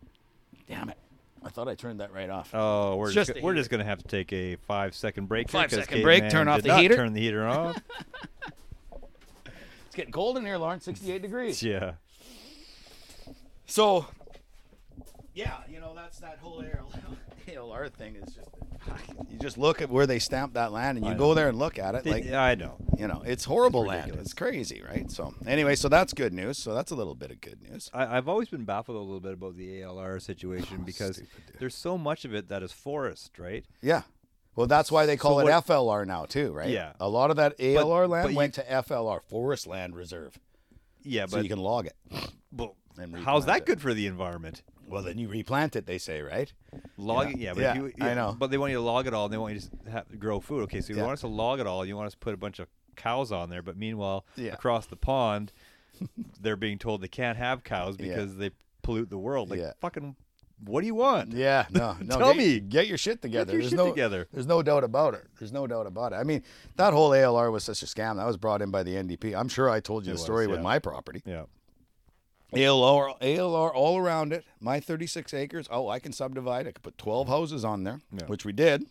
Damn it. I thought I turned that right off. Oh, we're It's just, just go- the we're just gonna have to take a five second break. Five here 'cause second break, Caveman turn off did the not heater. Turn the heater off. It's getting cold in here, Lauren, 68 degrees. yeah. So, yeah, you know that's that whole ALR, ALR thing is just you just look at where they stamped that land and you I go there and look at it They- like yeah, I know. you know it's horrible It's land. ridiculous. It's crazy, right? So anyway, so that's good news. So that's a little bit of good news. I, I've always been baffled a little bit about the ALR situation because Oh, stupid, dude. there's so much of it that is forest, right? Yeah. Well, that's why they call it what- FLR now too, right? Yeah. A lot of that ALR land but you- went to FLR, Forest Land Reserve, Yeah, so but you can log it. Well, And how's replant that it. good for the environment? Well, then you replant it, they say, right? Log Yeah. it, yeah, but if Yeah, you, I know. But they want you to log it all, and they want you to s- ha grow food. Okay, so you Yeah. want us to log it all, you want us to put a bunch of cows on there, but meanwhile, Yeah. across the pond, they're being told they can't have cows Yeah. because they pollute the world. Like Yeah. fucking, what do you want? Yeah, no, no. Tell get, me. get your shit together. your there's shit no, together. There's no doubt about it. There's no doubt about it. I mean, that whole ALR was such a scam. That was brought in by the NDP. I'm sure I told you It the was, story with yeah. my property. Yeah, ALR, ALR all around it. My 36 acres. Oh, I can subdivide. I could put 12 houses on there, Yeah. which we did.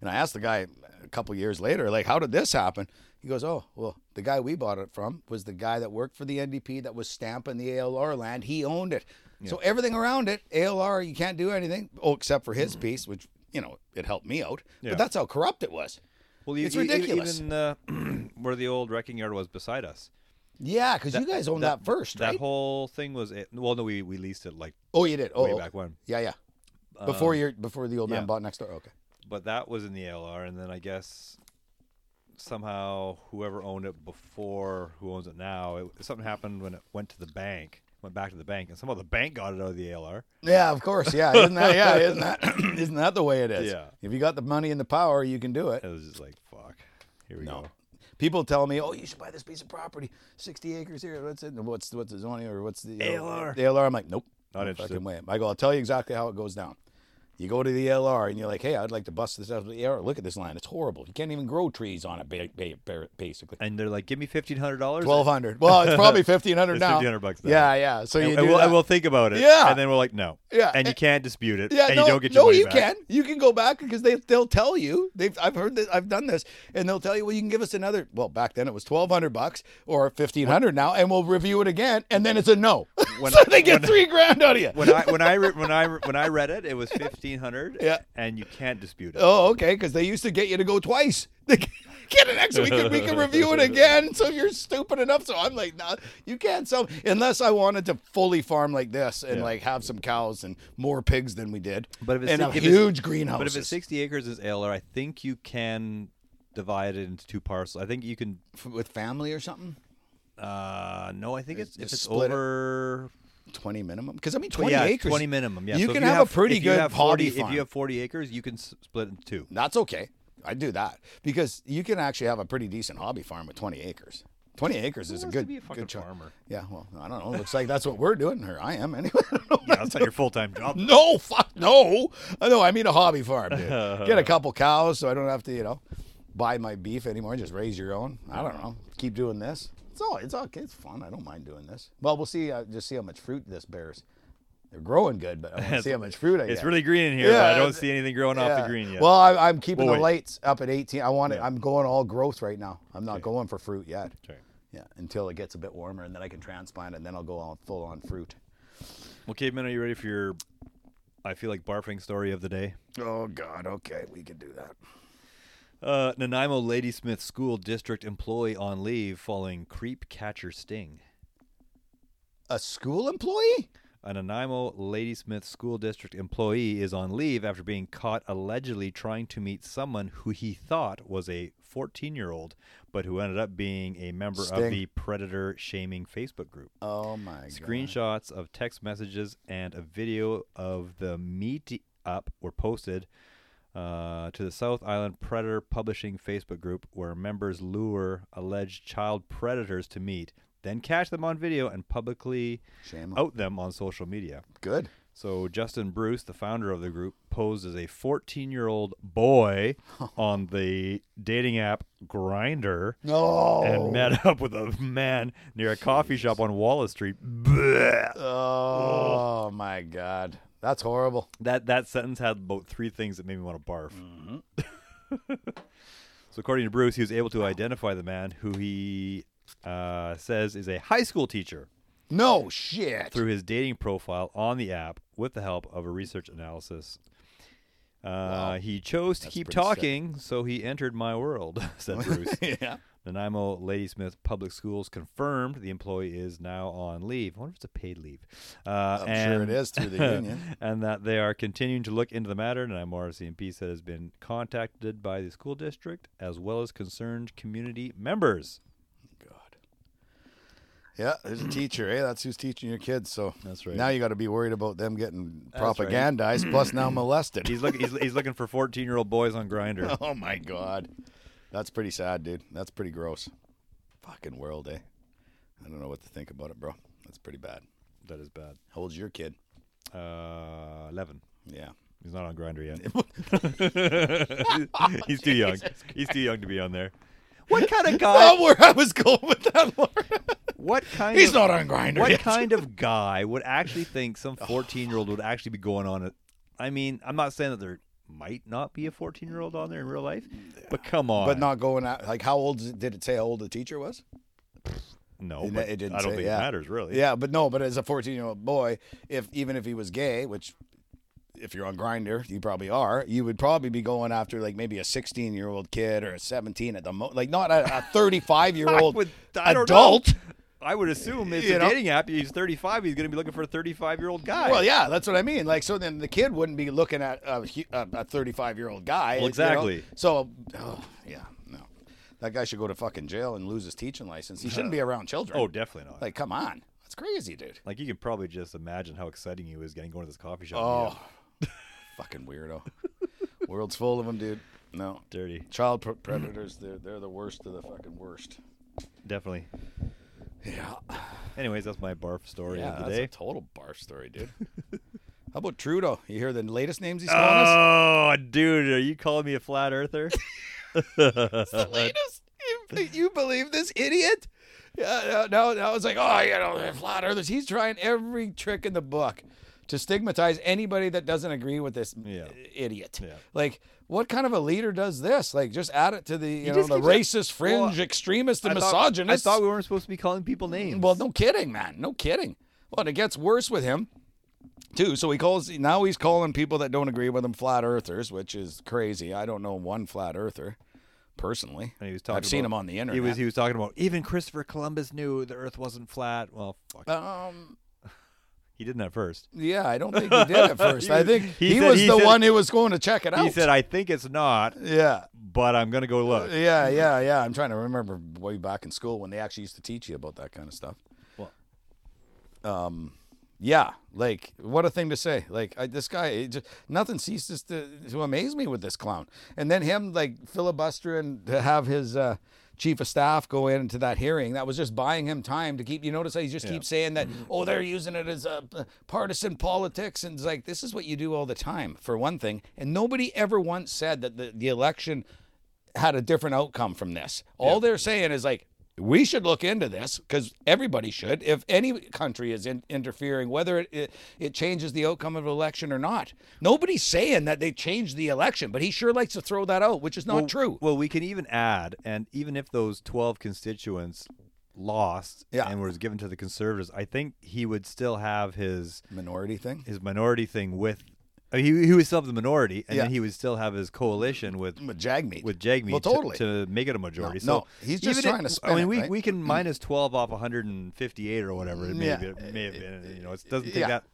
And I asked the guy a couple years later, like, how did this happen? He goes, oh, well, the guy we bought it from was the guy that worked for the NDP that was stamping the ALR land. He owned it. So everything around it, ALR, you can't do anything. Oh, except for his piece, which, you know, it helped me out. Mm-hmm. Yeah. But that's how corrupt it was. well, you, It's you- you- ridiculous. Even uh, where the old wrecking yard was beside us, Yeah, because you guys owned that, first, that right? whole thing was. It, well, no, we we leased it like oh, you did. Oh, way oh. back when. yeah, yeah. Before your before the old yeah. man bought next door. Okay. but that was in the ALR, and then I guess somehow whoever owned it before, who owns it now, it, something happened when it went to the bank, went back to the bank, and somehow the bank got it out of the ALR. Yeah, of course. Yeah, isn't that yeah, isn't that isn't that the way it is? Yeah. If you got the money and the power, you can do it. It was just like, fuck, here we No. go. People tell me, "Oh, you should buy this piece of property, 60 acres here. What's it? What's what's the zoning or what's the uh, ALR. The ALR. I'm like, nope, Not no interested. fucking way. I go, I'll tell you exactly how it goes down. You go to the ALR and you're like, hey, I'd like to bust this out of the ALR. Look at this line; it's horrible. You can't even grow trees on it, ba- ba- ba- basically. And they're like, give me fifteen hundred dollars. Twelve hundred. Well, it's probably fifteen hundred It's now. 1,500 bucks now. Yeah, yeah. So you And do we'll, that. and we'll think about it. Yeah. And then we're like, no. Yeah, And you and- can't dispute it. Yeah, and no, you don't get your no, money you back. can. You can go back because they they'll tell you. They've I've heard that I've done this, and they'll tell you, well, you can give us another. Well, back then it was twelve hundred bucks or fifteen hundred now, and we'll review it again, and then it's a no. When- so they get three grand out of you. When I when I re- when I re- when I read it, it was fifteen hundred. Yeah. And you can't dispute it. oh, okay, because they used to get you to go twice. They Get it next week, and we can review it again. So you're stupid enough. So I'm like, no, you can't sell unless I wanted to fully farm like this and like have some cows and more pigs than we did. But if it's and si- a if it's- huge greenhouse. But if it's 60 acres is ALR, I think you can divide it into two parcels. I think you can. with family or something. Uh, no, I think it's if just it's split it. over 20 minimum because i mean 20 yeah, acres 20 minimum. Yeah, you so if can have, a pretty if you good have hobby 40, If farm. you have 40 acres, you can s- split it into two. that's okay i do that because you can actually have a pretty decent hobby farm with 20 acres 20 acres is a wants good to be a fucking good chunk. farmer? yeah well i don't know looks like that's what we're doing or i am anyway I don't know what That's not your full time job. No, fuck no. I know. I mean a hobby farm, dude. Get a couple cows so I don't have to, you know, buy my beef anymore. Just raise your own. I don't know. Keep doing this. It's all. It's all. It's fun. I don't mind doing this. Well, we'll see. Uh, just see how much fruit this bears. They're growing good, but I want to see how much fruit I get. It's really green in here, but I Yeah, don't it's- see anything growing off the green yet. Well, I, I'm keeping We'll the wait. lights up at 18. I want it. Yeah. I'm going all growth right now. I'm not going for fruit yet. Okay. Yeah, until it gets a bit warmer, and then I can transplant, it, and then I'll go all full on fruit. well, caveman, are you ready for your? I feel like barfing story of the day. Oh God. Okay, we can do that. Uh, Nanaimo Ladysmith School District employee on leave following creep catcher sting. A school employee? A Nanaimo Ladysmith School District employee is on leave after being caught allegedly trying to meet someone who he thought was a 14 year old, but who ended up being a member of Sting. the Predator Shaming Facebook group. Oh my god. Screenshots of text messages and a video of the meet up were posted uh, to the South Island Predator Publishing Facebook group, where members lure alleged child predators to meet, then catch them on video and publicly Shame. out them on social media. Good. So Justin Bruce, the founder of the group, posed as a 14-year-old boy on the dating app Grinder No. and met up with a man near a coffee shop on Wallace Street. Blech. oh my god. That's horrible. That that sentence had about three things that made me want to barf. so according to Bruce, he was able to identify the man who he uh, says is a high school teacher. No shit. through his dating profile on the app with the help of a research analysis. Uh, He chose to keep pretty sick. talking, so he entered my world, said Bruce. yeah. Nanaimo Ladysmith Public Schools confirmed the employee is now on leave. I wonder if it's a paid leave. Uh, I'm and, sure it is through the union. and that they are continuing to look into the matter. Nanaimo RCMP said has been contacted by the school district as well as concerned community members. God. Yeah, there's a teacher. Hey, that's who's teaching your kids. So That's right. Now you got to be worried about them getting right. propagandized, plus now molested. He's looking. He's, he's looking for fourteen-year-old boys on Grinder. oh my god, that's pretty sad, dude. That's pretty gross. Fucking world, eh? I don't know what to think about it, bro. That's pretty bad. That is bad. How old's your kid? Uh, Eleven. Yeah. He's not on Grinder yet. he's too young. He's too young to be on there. What kind of guy? Oh, where I was going with that, Laura. What kind? He's of, not on Grinder. What kind of guy would actually think some fourteen-year-old would actually be going on it? I mean, I'm not saying that there might not be a fourteen-year-old on there in real life, but come on. But not going out. Like, how old is- did it say how old the teacher was? No, It- but it didn't I don't say, think yeah. it matters really. Yeah, but no, but as a 14 year old boy, if even if he was gay, which if you're on Grinder, you probably are, you would probably be going after like maybe a 16 year old kid or a 17 at the most, like not a 35 year I old would- I don't know. adult. I would assume it's You a know? dating app. He's 35. He's going to be looking for a 35-year-old guy. Well, yeah, that's what I mean. Like, so then the kid wouldn't be looking at a hu- a a 35 year old guy. you know? exactly. So, oh, yeah, no. That guy should go to fucking jail and lose his teaching license. He shouldn't be around children. Oh, definitely not. Like, like, come on. That's crazy, dude. you can probably just imagine how exciting you is getting going to this coffee shop. and Oh, meeting up. fucking weirdo. World's full of them, dude. No. dirty. Child pre- predators, they're, they're the worst of the fucking worst. Definitely. Yeah. Anyways, that's my barf story Yeah, of the that's day. a total barf story, dude. How about Trudeau? You hear the latest names he's calling us? Oh, dude, are you calling me a flat earther? the latest. You, you believe this idiot? Yeah, now, now it's like, oh, you know, they're flat earthers. He's trying every trick in the book to stigmatize anybody that doesn't agree with this Yeah. idiot. Yeah. Like, what kind of a leader does this? Like, just add it to the, you know, just the keeps racist, fringe, Well, extremist, and I thought- misogynist. I thought we weren't supposed to be calling people names. Well, no kidding, man. No kidding. Well, and it gets worse with him, too. So he calls now he's calling people that don't agree with him flat earthers, which is crazy. I don't know one flat earther personally. And he was talking I've seen about- him on the internet. he was he was talking about even Christopher Columbus knew the Earth wasn't flat. Well, fuck, um, he didn't at first. yeah, I don't think he did at first. I think He he, said- was he the said- one who was going to check it out. He said, "I think it's not, yeah. but I'm gonna go look." Yeah, yeah, yeah. I'm trying to remember way back in school when they actually used to teach you about that kind of stuff. Well- Um, yeah, like what a thing to say. Like I, this guy, it just, nothing ceases to, to amaze me with this clown. And then him like filibustering to have his uh, chief of staff go into that hearing. That was just buying him time to keep. You notice how he just keeps saying that. Oh, they're using it as a uh, partisan politics, and it's like this is what you do all the time. For one thing, and nobody ever once said that the, the election had a different outcome from this. All they're saying is like, we should look into this because everybody should. If any country is in, interfering, whether it, it it changes the outcome of an election or not, nobody's saying that they changed the election. But he sure likes to throw that out, which is not Well- true. Well, we can even add, and even if those 12 constituents lost Yeah. and was given to the conservatives, I think he would still have his Minority thing his minority thing with. I mean, he, he would still have the minority, and Yeah. then he would still have his coalition with with Jagmeet. with Jagmeet Well, to- totally. to, make it a majority. No, so no, he's just even if- trying to spin I mean, it, we, right? we can minus 12 off 158 or whatever it may, Yeah. have, been, may have been. You know, it doesn't take Yeah. that.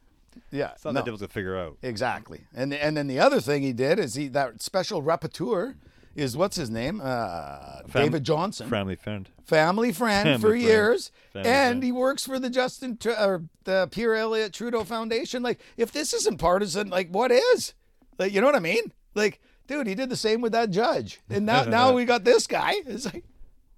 yeah, It's not that difficult to figure out. Exactly. And and then the other thing he did is he that special rapporteur is what's his name? Uh, Fam- David Johnson. Family friend. family friend Family for friend. years, Family and friend. he works for the Justin Tr- or the Pierre Elliott Trudeau Foundation. Like, if this isn't partisan, like, what is? Like, you know what I mean? Like, dude, he did the same with that judge, and now now we got this guy. It's like,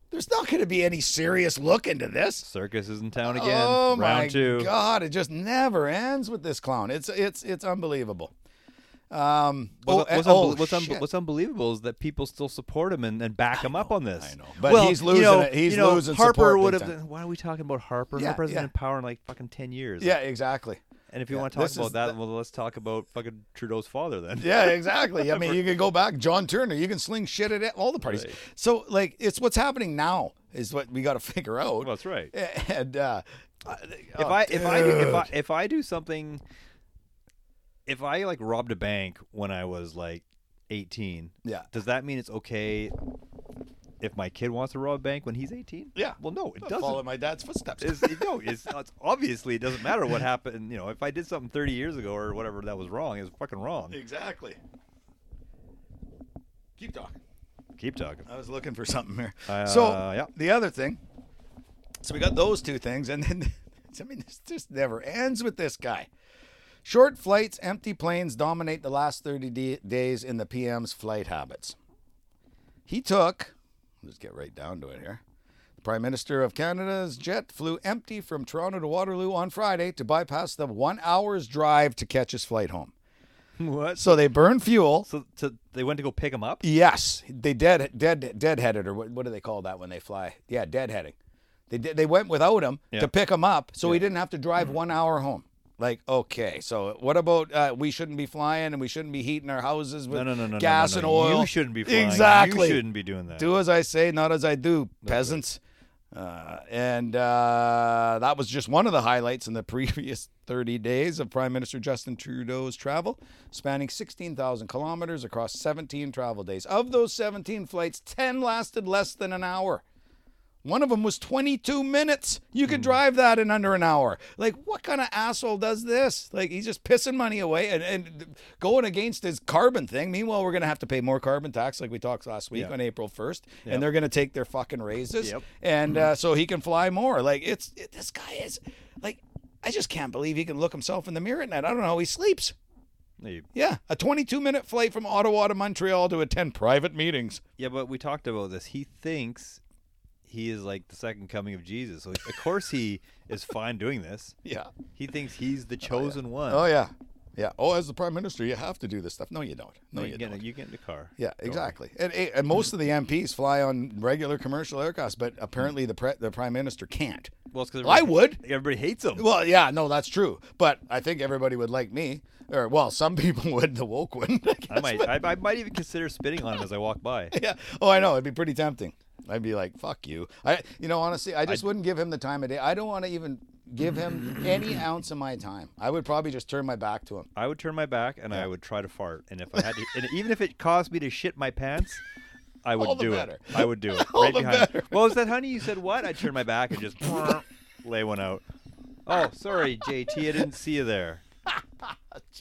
there's not going to be any serious look into this. Circus is in town again. Oh Round my two. god, it just never ends with this clown. It's it's it's unbelievable. Um, What's, oh, what's, oh, unbe- what's, unbe- shit. what's unbelievable is that people still support him and, and back him up on this. I know. But he's losing it. He's losing Harper support big would have. time. Why are we talking about Harper? Yeah, Harper's been yeah. in power in like fucking ten years. yeah, exactly. And if you Yeah, want to talk this is about that, the- well, let's talk about fucking Trudeau's father then. Yeah, exactly. I mean, you can go back, John Turner. You can sling shit at it- all the parties. Right. So, like, it's what's happening now is what we got to figure out. Well, that's right. And uh, if I if I, do, if I if I do something, if I like robbed a bank when I was like eighteen, Yeah. does that mean it's okay if my kid wants to rob a bank when he's eighteen? Yeah. Well, no, it I doesn't. follow in my dad's footsteps. It's, it- no, it's, it's obviously it doesn't matter what happened. You know, if I did something 30 years ago or whatever that was wrong, it was fucking wrong. exactly. Keep talking. Keep talking. I was looking for something here. Uh, so yeah. the other thing So we got those two things, and then I mean, this just never ends with this guy. Short flights, empty planes dominate the last 30 d- days in the PM's flight habits. He took, let's get right down to it here. The Prime Minister of Canada's jet flew empty from Toronto to Waterloo on Friday to bypass the one hour's drive to catch his flight home. What? So they burned fuel. So, so they went to go pick him up. Yes, they dead dead deadheaded or what, what do they call that when they fly? Yeah, deadheading. They did, they went without him Yeah. to pick him up, so he didn't have to drive one hour home. Like okay, so what about uh, we shouldn't be flying and we shouldn't be heating our houses with No, no, no, no. gas no, no, and oil? You shouldn't be flying. Exactly. You shouldn't be doing that. Do as I say, not as I do, peasants. Uh, and uh, that was just one of the highlights in the previous 30 days of Prime Minister Justin Trudeau's travel, spanning 16,000 kilometers across 17 travel days. Of those 17 flights, 10 lasted less than an hour. One of them was 22 minutes. You could drive that in under an hour. Like, what kind of asshole does this? Like, he's just pissing money away and, and going against his carbon thing. Meanwhile, we're going to have to pay more carbon tax, like we talked last week on April 1st, and they're going to take their fucking raises. Yep. And uh, so he can fly more. Like, it's it, this guy is like, I just can't believe he can look himself in the mirror at night. I don't know how he sleeps. Hey, Yeah, a 22 minute flight from Ottawa to Montreal to attend private meetings. Yeah, but we talked about this. He thinks he is like the second coming of Jesus. So of course he is fine doing this. Yeah. He thinks he's the chosen one. Oh yeah, yeah. Oh, as the prime minister, you have to do this stuff. No, you don't. No, You, you get don't. in, you get in the car. Yeah, exactly. And, eh, and most of the MPs fly on regular commercial aircrafts, but apparently the pre- the prime minister can't. Well, it's because I would. Everybody hates him. Well, yeah, no, that's true. But I think everybody would like me, or well, some people would. The woke wouldn't. I I guess, might, but- I, I might even consider spitting on him as I walk by. yeah. Oh, I know. It'd be pretty tempting. I'd be like, "Fuck you." I, you know, honestly, I just wouldn't give him the time of day. I don't want to even give him any ounce of my time. I would probably just turn my back to him. I would turn my back and I would try to fart. And if I had to, and even if it caused me to shit my pants, I would All the do better. it. I would do it. All right the behind. better. Well, is that honey? You said what? I'd turn my back and just lay one out. Oh, sorry, JT. I didn't see you there.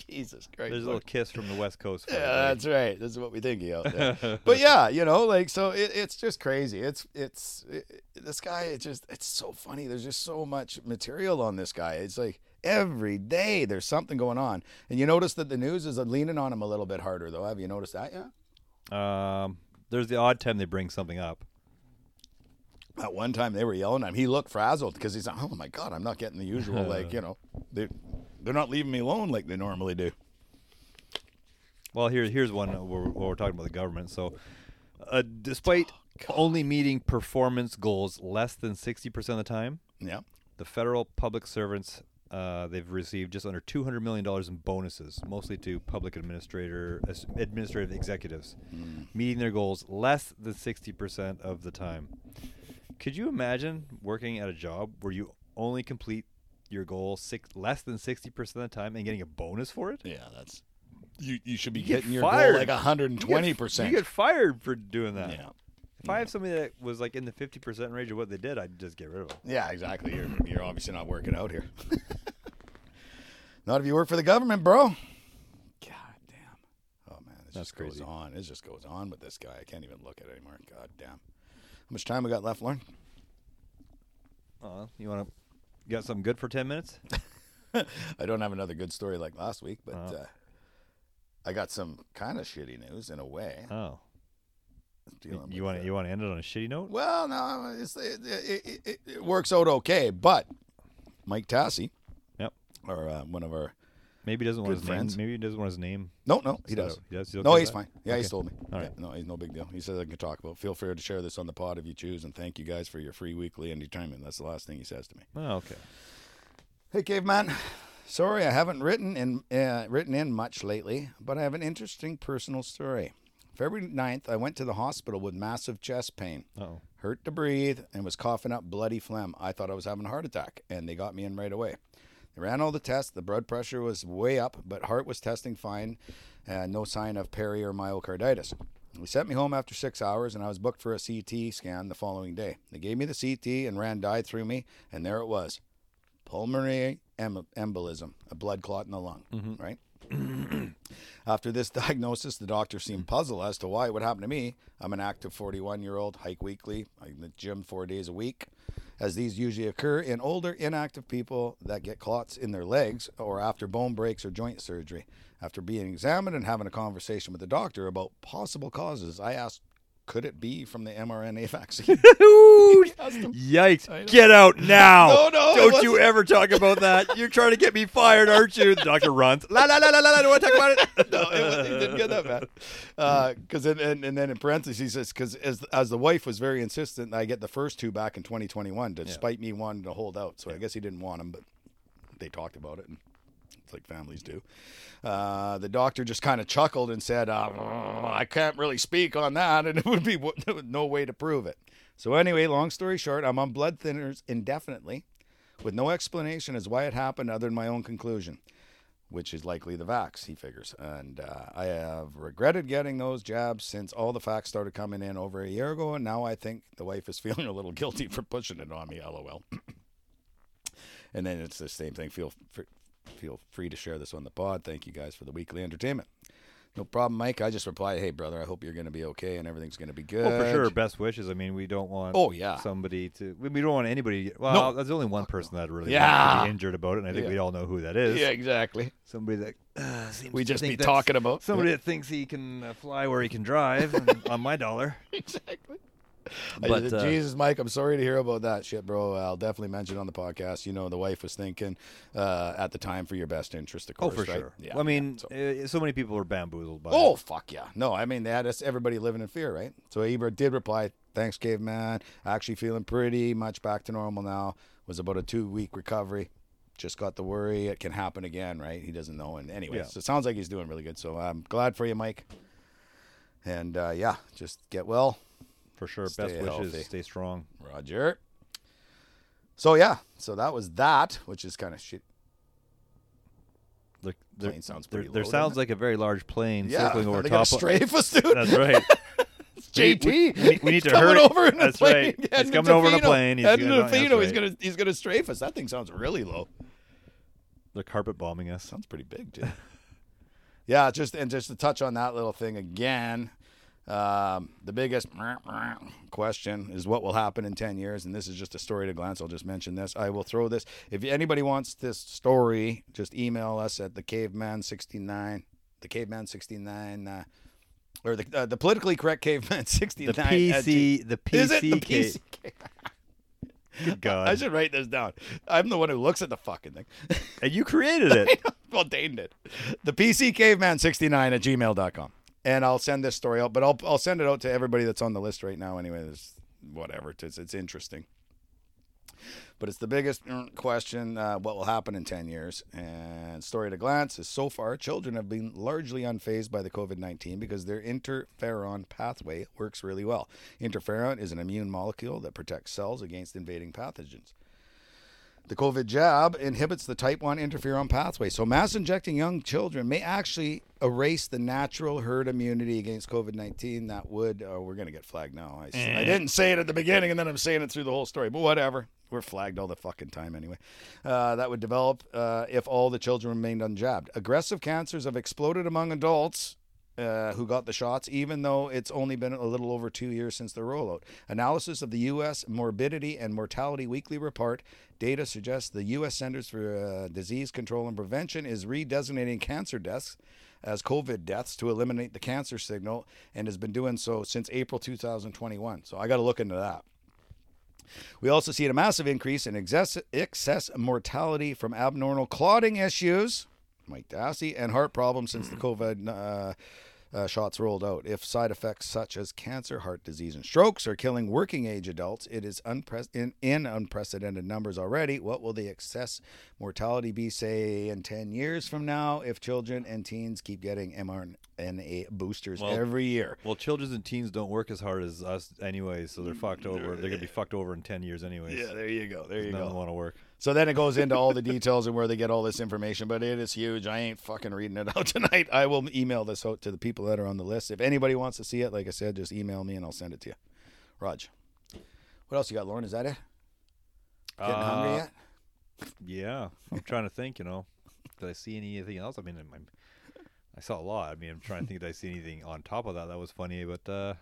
Jesus Christ. There's a little kiss from the West Coast. for Yeah, everybody. that's right. This is what we think out there. but yeah, you know, like so, it, it's just crazy. It's it's it, this guy. It's just it's so funny. There's just so much material on this guy. It's like every day there's something going on, and you notice that the news is leaning on him a little bit harder, though. Have you noticed that? Yeah. Um, there's the odd time they bring something up. At one time they were yelling at him. He looked frazzled because he's like, oh my god, I'm not getting the usual like you know, they they're not leaving me alone like they normally do. Well, here, here's one uh, where, where we're talking about the government. So, uh, despite only meeting performance goals less than 60% of the time, Yeah. the federal public servants, uh, they've received just under $200 million in bonuses, mostly to public administrator, as- administrative executives, meeting their goals less than 60% of the time. Could you imagine working at a job where you only complete your goal six, less than 60% of the time and getting a bonus for it? Yeah, that's. You, you should be get getting your fired. goal like You get- 120%. You get fired for doing that. yeah. If I have somebody that was like in the 50% range of what they did, I'd just get rid of them. Yeah, exactly. You're you're obviously not working out here. not if you work for the government, bro. God damn. Oh man, this just goes crazy. on. This just goes on with this guy. I can't even look at it anymore. God damn. How much time we got left, Lauren? Uh, you want to you got something good for 10 minutes? I don't have another good story like last week, but Uh-huh. uh, I got some kind of shitty news in a way. Oh. Dealing You with, want to uh, you want to end it on a shitty note? Well, no, it's, it, it, it- it, it works out okay, but Mike Tassi, Yep. or uh, one of our Maybe he doesn't want Good his friends. name. Maybe he doesn't want his name. No, no, So, he does. he does? He's okay no, with he's that? fine. Yeah, he's Okay. told me. All right. Yeah, no, he's no big deal. He says I can talk about. it. Feel free to share this on the pod if you choose, and thank you guys for your free weekly entertainment. That's the last thing he says to me. Oh, okay. Hey, caveman. Sorry, I haven't written in uh, written in much lately, but I have an interesting personal story. February 9th, I went to the hospital with massive chest pain, Oh. hurt to breathe, and was coughing up bloody phlegm. I thought I was having a heart attack, and they got me in right away. They ran all the tests. The blood pressure was way up, but heart was testing fine, uh, no sign of peri or myocarditis. They sent me home after six hours, and I was booked for a CT scan the following day. They gave me the CT and ran dye through me, and there it was pulmonary em- embolism, a blood clot in the lung, Mm-hmm. right? After this diagnosis, the doctor seemed puzzled as to why it would happen to me. I'm an active 41 year old, hike weekly, I'm in the gym four days a week. as these usually occur in older, inactive people that get clots in their legs or after bone breaks or joint surgery. After being examined and having a conversation with the doctor about possible causes, I asked, could it be from the mRNA vaccine? I know. Yikes. Get out now. No, no, it Don't you wasn't. ever talk about that. You're trying to get me fired, aren't you? The doctor runs. La la la la la la. I don't want to talk about it. no, it, was, he didn't get that bad. Because then and, and then in parentheses, he says, because as, as the wife was very insistent, I get the first two back in 2021, despite me wanting to hold out. So I guess he didn't want them, but they talked about it. And it's like families do. Uh, the doctor just kind of chuckled and said, uh, I can't really speak on that, and it would be w- no way to prove it. So, anyway, long story short, I'm on blood thinners indefinitely with no explanation as why it happened other than my own conclusion which is likely the vax, he figures. And uh, I have regretted getting those jabs since all the facts started coming in over a year ago, and now I think the wife is feeling a little guilty for pushing it on me. LOL. and then it's the same thing. Feel fr- feel free to share this on the pod. Thank you guys for the weekly entertainment. No problem, Mike. I just replied, "Hey, brother, I hope you're going to be okay and everything's going to be good." Well, Oh, for sure. Best wishes. I mean, we don't want. Oh, yeah. Somebody to. We we don't want anybody. Well, No. there's only one person that really wants to Yeah. be injured about it, and I think Yeah. we all know who that is. Yeah, exactly. Somebody that uh, seems We to just think be that's- talking about Somebody that thinks he can uh, fly where he can drive and- on my dollar. exactly. But, uh, Jesus, Mike, I'm sorry to hear about that shit, bro. I'll definitely mention it on the podcast. You know, the wife was thinking uh, at the time for your best interest, of Oh, course. for right? sure. Yeah. I mean, so- uh, so many people are bamboozled by it. Oh fuck yeah! No, I mean they had us everybody living in fear, right? So Ibra did reply, "Thanks, caveman. Actually feeling pretty much back to normal now. Was about a two week recovery. Just got the worry it can happen again, right? He doesn't know. And anyway, Yeah. so it sounds like he's doing really good. So I'm glad for you, Mike. And uh, yeah, just get well. for sure. Stay Best wishes. healthy. Stay strong. Roger. So yeah, so that was that, which is kind of shit. Look, there, Plane sounds there, pretty there low, sounds doesn't like a very large plane Yeah, circling over they top. got a strafe us, dude. That's right. JT. We, we, we need to coming hurry. over in a That's plane. right. Heading It's to coming over in a Fino. plane. He's Heading gonna- to that's Fino. He's right. gonna he's gonna strafe us. That thing sounds really low. They're carpet bombing us. Sounds pretty big, dude. yeah, just and just to touch on that little thing again. Um, the biggest question is what will happen in 10 years and this is just a story to glance i'll just mention this i will throw this if anybody wants this story just email us at the caveman 69 the caveman 69 uh, or the, uh, the politically correct caveman 69 The PC. The PC. is it ca- the PC? Good I God. should write this down. I'm the one who looks at the fucking thing. And you created it. well, Dane did. The PC Caveman 69 at gmail.com. And I'll send this story out, but I'll, I'll send it out to everybody that's on the list right now anyway. It's whatever. It's, it's interesting. But it's the biggest mm, question uh, what will happen in 10 years? And story at a glance is so far, children have been largely unfazed by the COVID 19 because their interferon pathway works really well. Interferon is an immune molecule that protects cells against invading pathogens. The COVID jab inhibits the type 1 interferon pathway. So, mass injecting young children may actually erase the natural herd immunity against COVID 19. That would, oh, we're going to get flagged now. I, s- I didn't say it at the beginning, and then I'm saying it through the whole story, but whatever. We're flagged all the fucking time anyway. Uh, that would develop uh, if all the children remained unjabbed. Aggressive cancers have exploded among adults uh, who got the shots, even though it's only been a little over two years since the rollout. Analysis of the U.S. Morbidity and Mortality Weekly Report data suggests the U.S. Centers for uh, Disease Control and Prevention is redesignating cancer deaths as COVID deaths to eliminate the cancer signal and has been doing so since April 2021. So I got to look into that. We also see a massive increase in excess, excess mortality from abnormal clotting issues, Mike Dassey, and heart problems since the COVID uh, uh, shots rolled out. If side effects such as cancer, heart disease, and strokes are killing working age adults, it is unpre- in, in unprecedented numbers already. What will the excess mortality be, say, in 10 years from now if children and teens keep getting mRNA boosters Well, every year? Well, children and teens don't work as hard as us anyway, so they're fucked over. They're gonna be fucked over in ten years anyways. Mm, Yeah, there you go. There you None go. of them want to work. So then it goes into all the details and where they get all this information, but it is huge. I ain't fucking reading it out tonight. I will email this out to the people that are on the list. If anybody wants to see it, like I said, just email me and I'll send it to you. Raj. What else you got, Lauren? Is that it? Getting hungry Uh, yet? Yeah, I'm trying to think. You know, did I see anything else? I mean, I'm, I'm- I saw a lot. I mean, I'm trying to think. Did I see anything on top of that that was funny? But uh,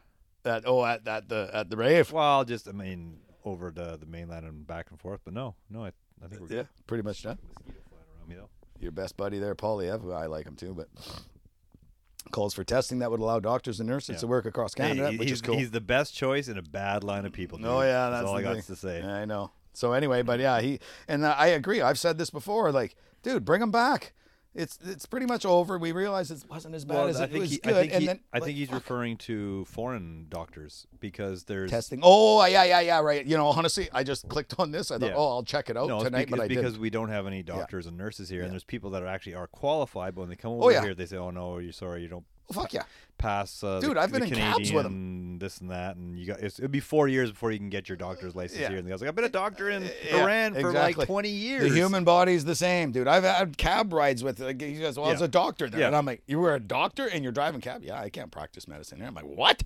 At, oh, at, at the at the rave. well, just I mean, over to the mainland and back and forth. But no, no, I, I think we're Yeah, good. pretty much done. Mosquito flying around me though. Your best buddy there, Polyev, I like him too, but calls for testing that would allow doctors and nurses Yeah. to work across Canada, Hey, he- which he's, is cool. he's the best choice in a bad line of people. Dude. No, yeah, that's, all the I got thing. to say. I know. So anyway, but yeah, he and uh, I agree. I've said this before. Like, dude, bring him back. It's it's pretty much over. We realized it wasn't as bad Well, as I it think was he, good. I think, and he- then I like, think he's referring to foreign doctors because there's testing. Oh yeah, yeah, yeah. Right. You know, honestly, I just clicked on this. I thought, Yeah. oh, I'll check it out no it's tonight, bec- but it's I because didn't. we don't have any doctors and nurses here, and there's people that are actually are qualified, but when they come over yeah. here, they say, "Oh no, you're sorry, you don't Oh, fuck yeah. pass." Uh, the- Dude, I've the been in Canadian, cabs with 'em. This and that, and you got it's, it'd be four years before you can get your doctor's license Yeah. Uh, here. And the guy's like, "I've been a doctor in Yeah, Iran for exactly. like 20 years." The human body's the same, dude. I've had cab rides with like he goes, Well, I was Yeah. a doctor there. Yeah. And I'm like, You were a doctor and you're driving cab? Yeah, I can't practice medicine here. I'm like, What?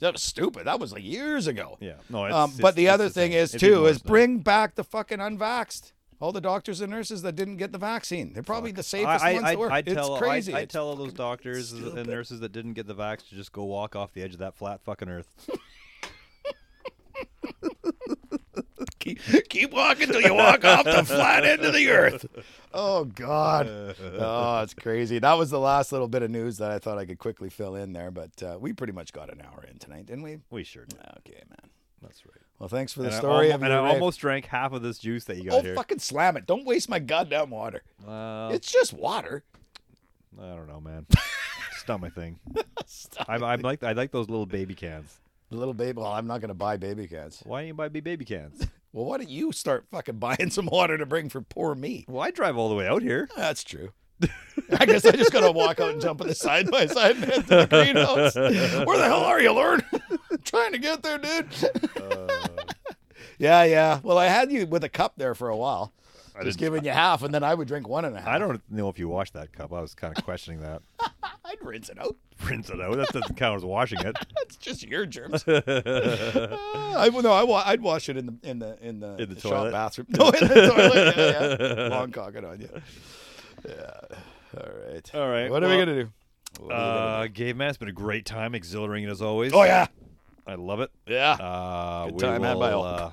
That was stupid. That was like years ago. Yeah, no, it's, Um, it's- but the it's other thing same. is It'd be too is worse now. bring back the fucking unvaxxed. All the doctors and nurses that didn't get the vaccine. They're probably the safest ones that were. I tell, it's crazy. I, I It's- tell all those doctors and stupid. nurses that didn't get the vax to just go walk off the edge of that flat fucking earth. keep, keep walking till you walk off the flat end of the earth. Oh God, oh it's crazy. That was the last little bit of news that I thought I could quickly fill in there, but uh, we pretty much got an hour in tonight, didn't we? We sure did. Okay, man. That's right. Well, thanks for the And I story almo- of and your I rave. almost drank half of this juice that you got Oh, here. Oh. fucking slam it! Don't waste my goddamn water. Well, It's just water. I don't know, man. It's not my thing. I'm, I'm like I like those little baby cans. Little baby. Well, I'm not gonna buy baby cans. Why anybody be baby cans? Well, why don't you start fucking buying some water to bring for poor me? Well, I drive all the way out here. That's true. I guess I just gotta walk out and jump in the side by side and head to the greenhouse. Where the hell are you, Lord? Trying to get there, dude. Uh. yeah, yeah. Well, I had you with a cup there for a while, just giving you half, and then I would drink one and a half. I don't know if you washed that cup. I was kind of questioning that. I'd rinse it out. Rinse it out. That doesn't count as washing it. That's just your germs. Ah, I no, I wa- I'd wash it in the in the in the, In the shop toilet? bathroom. No, in the toilet. Yeah, yeah. Long cocking on you. Yeah. All right. All right, What are we well, gonna do? What are we gonna Uh, Gabe, man, it's been a great time, exhilarating as always. do? oh yeah. I love it. Yeah. Uh, Good we time will, had by all. Uh,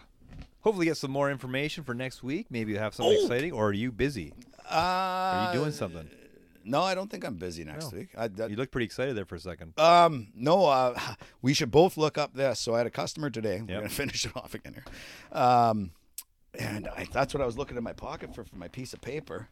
hopefully get some more information for next week. Maybe you have something Oh. exciting, or are you busy? Uh, uh, Are you doing something? No, I don't think I'm busy next No. week. I, that- You look pretty excited there for a second. um, no, uh, we should both look up this. So I had a customer today. We're Yep. gonna finish it off again here. Um, and I, that's what I was looking in my pocket for, for my piece of paper.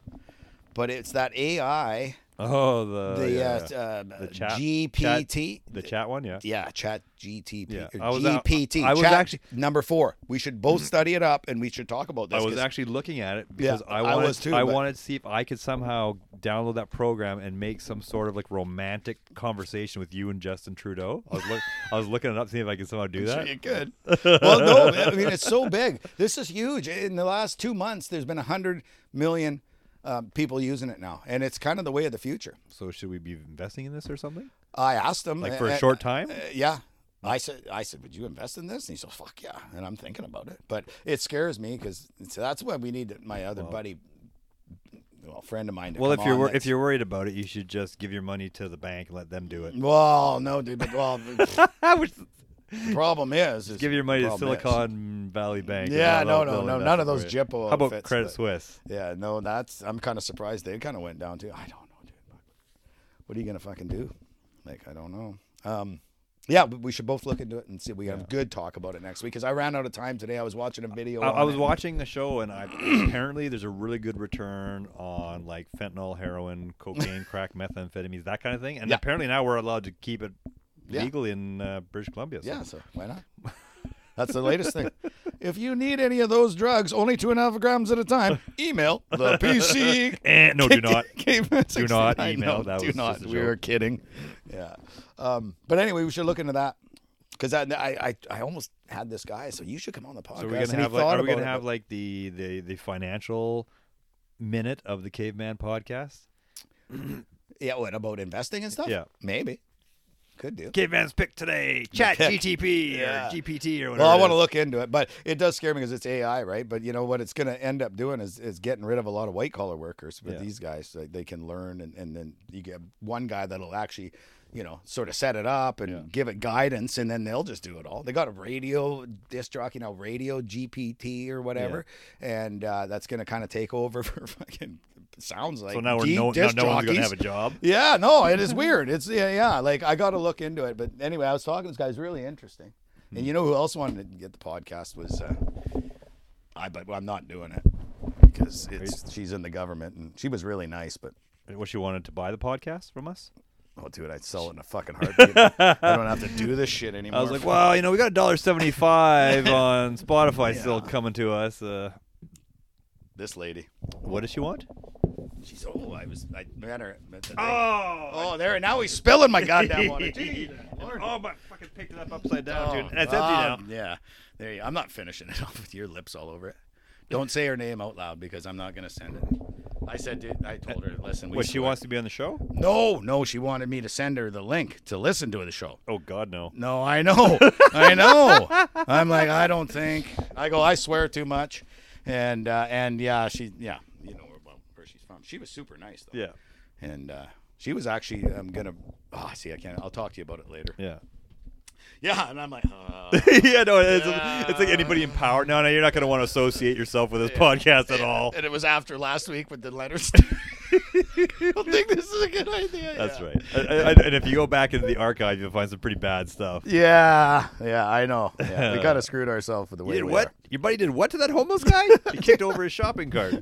But it's that AI, Oh, the the, yeah, uh, yeah. t- uh, The chat- GPT, the chat one, yeah. yeah, Chat GTP, Yeah, or I was out- GPT. I was Chat actually- Mm. number four. We should both study it up and we should talk about this. I was 'cause- actually looking at it because Yeah, I I wanted was too, I but- wanted to see if I could somehow download that program and make some sort of like romantic conversation with you and Justin Trudeau. I was look, I was looking it up, seeing if I could somehow do Sure that. you could. well, no, man, I mean it's so big. This is huge. In the last two months, there's been hundred million um, people using it now, and it's kind of the way of the future. So should we be investing in this or something? I asked him, Like for a uh, short time? uh, yeah. I said, I said, would you invest in this? And he said, fuck yeah. And I'm thinking about it, but it scares me because that's why we need my other buddy, well, friend of mine. To Well, come if you're on wor- if that's- you're worried about it, you should just give your money to the bank and let them do it. well, no, dude, but well, the I was problem is, is give your money to problem is- Silicon Valley Bank. and Yeah, they'll- no, no, they'll no, invest none it of those for you. Jippo How about outfits, Credit but- Swiss? Yeah, no, that's I'm kind of surprised they kind of went down too. I don't know, dude. What are you gonna fucking do? Like, I don't know. Um, yeah, but we should both look into it and see. if We can have good talk about it next week because I ran out of time today. I was watching a video. I, I on was it. watching a show, and I, apparently there's a really good return on like fentanyl, heroin, cocaine, crack, methamphetamines, that kind of thing. And Yeah. apparently now we're allowed to keep it Yeah. legal in uh, British Columbia. so- Yeah, so why not? That's the latest thing. If you need any of those drugs, only two and a half grams at a time, email the PC Eh, no, do not. do not email. That do was not. just a we were joke. kidding. Yeah. Um, but anyway, we should look into that because I, I I almost had this guy. So you should come on the podcast. So we're gonna and have he like, thought are we gonna about it, have like the the the financial minute of the Caveman podcast? but- yeah. What about investing and stuff? Yeah. Maybe. Could do. Caveman's pick today, Chat pick. GTP Yeah. or GPT or whatever. Well, I it want to is. look into it, but it does scare me because it's AI, right? But you know what it's going to end up doing is, is getting rid of a lot of white collar workers with Yeah. these guys. Like they can learn, and, and then you get one guy that'll actually you know, sort of set it up and Yeah. give it guidance, and then they'll just do it all. They got a radio disc jockey now, radio GPT or whatever, and uh, that's going to kind of take over for fucking. Sounds like So now we're geek no, now disc no one's gonna jockeys. have a job. Yeah, no, it is weird. It's yeah, yeah. Like I got to look into it. But anyway, I was talking to this guy's really interesting. Hmm. And you know who else wanted to get the podcast was uh, I, but I'm not doing it because it's she's in the government and she was really nice, but What she wanted to buy the podcast from us? oh, dude, I'd sell it in a fucking heartbeat. I don't have to do this shit I anymore. was like, wow, you know, we got a dollar seventy-five on Spotify still coming to us. Uh, this lady. what does she want? She's oh, I was I met her. Met the thing. Oh, oh, there now he's spilling my goddamn water. Gee, Lord. my! Fucking picked it up upside down, Oh, dude. And it's Bob. empty now. Yeah, there you. I'm not finishing it off with your lips all over it. Don't say her name out loud because I'm not gonna send it. I said, dude, I told her, listen. We What she swear- wants to be on the show? No, no, she wanted me to send her the link to listen to the show. Oh God, no. No, I know, I know. I'm like, I don't think. I go, I swear too much, and uh, and yeah, she, yeah, you know where, well, where she's from. She was super nice though. Yeah, and uh, she was actually. I'm gonna. Oh, see, I can't. I'll talk to you about it later. yeah. Yeah, and I'm like, uh, yeah, no, it's, it's like anybody in power. No, no, you're not going to want to associate yourself with this podcast at all. And it was after last week with the letters. Oh. I don't think this is a good idea. That's yeah. right. I, I, and if you go back into the archive, you'll find some pretty bad stuff. Yeah, yeah, I know. Yeah, we kind of screwed ourselves with the way we are. Your buddy did what to that homeless guy? he kicked over his shopping cart.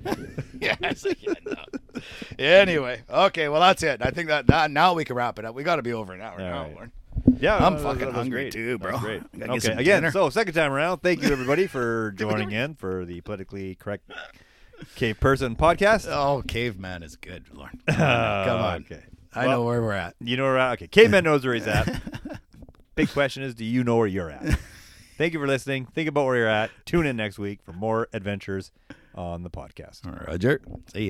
yeah, it's like, yeah, no. Anyway, okay, well that's it. I think that, that now we can wrap it up. We got to be over an hour All now, right. Lauren. Yeah, I'm that was- fucking that was hungry great. too, That was bro. Great. I gotta get Okay, some again, dinner. so second time around, thank you everybody for joining in for the politically correct cave person podcast. Uh, Oh, caveman is good, Lauren. Come on, come on. Okay. I know where we're at. You know where? I, okay, caveman knows where he's at. Big question is, do you know where you're at? Thank you for listening. Think about where you're at. Tune in next week for more adventures on the podcast. Roger, see ya.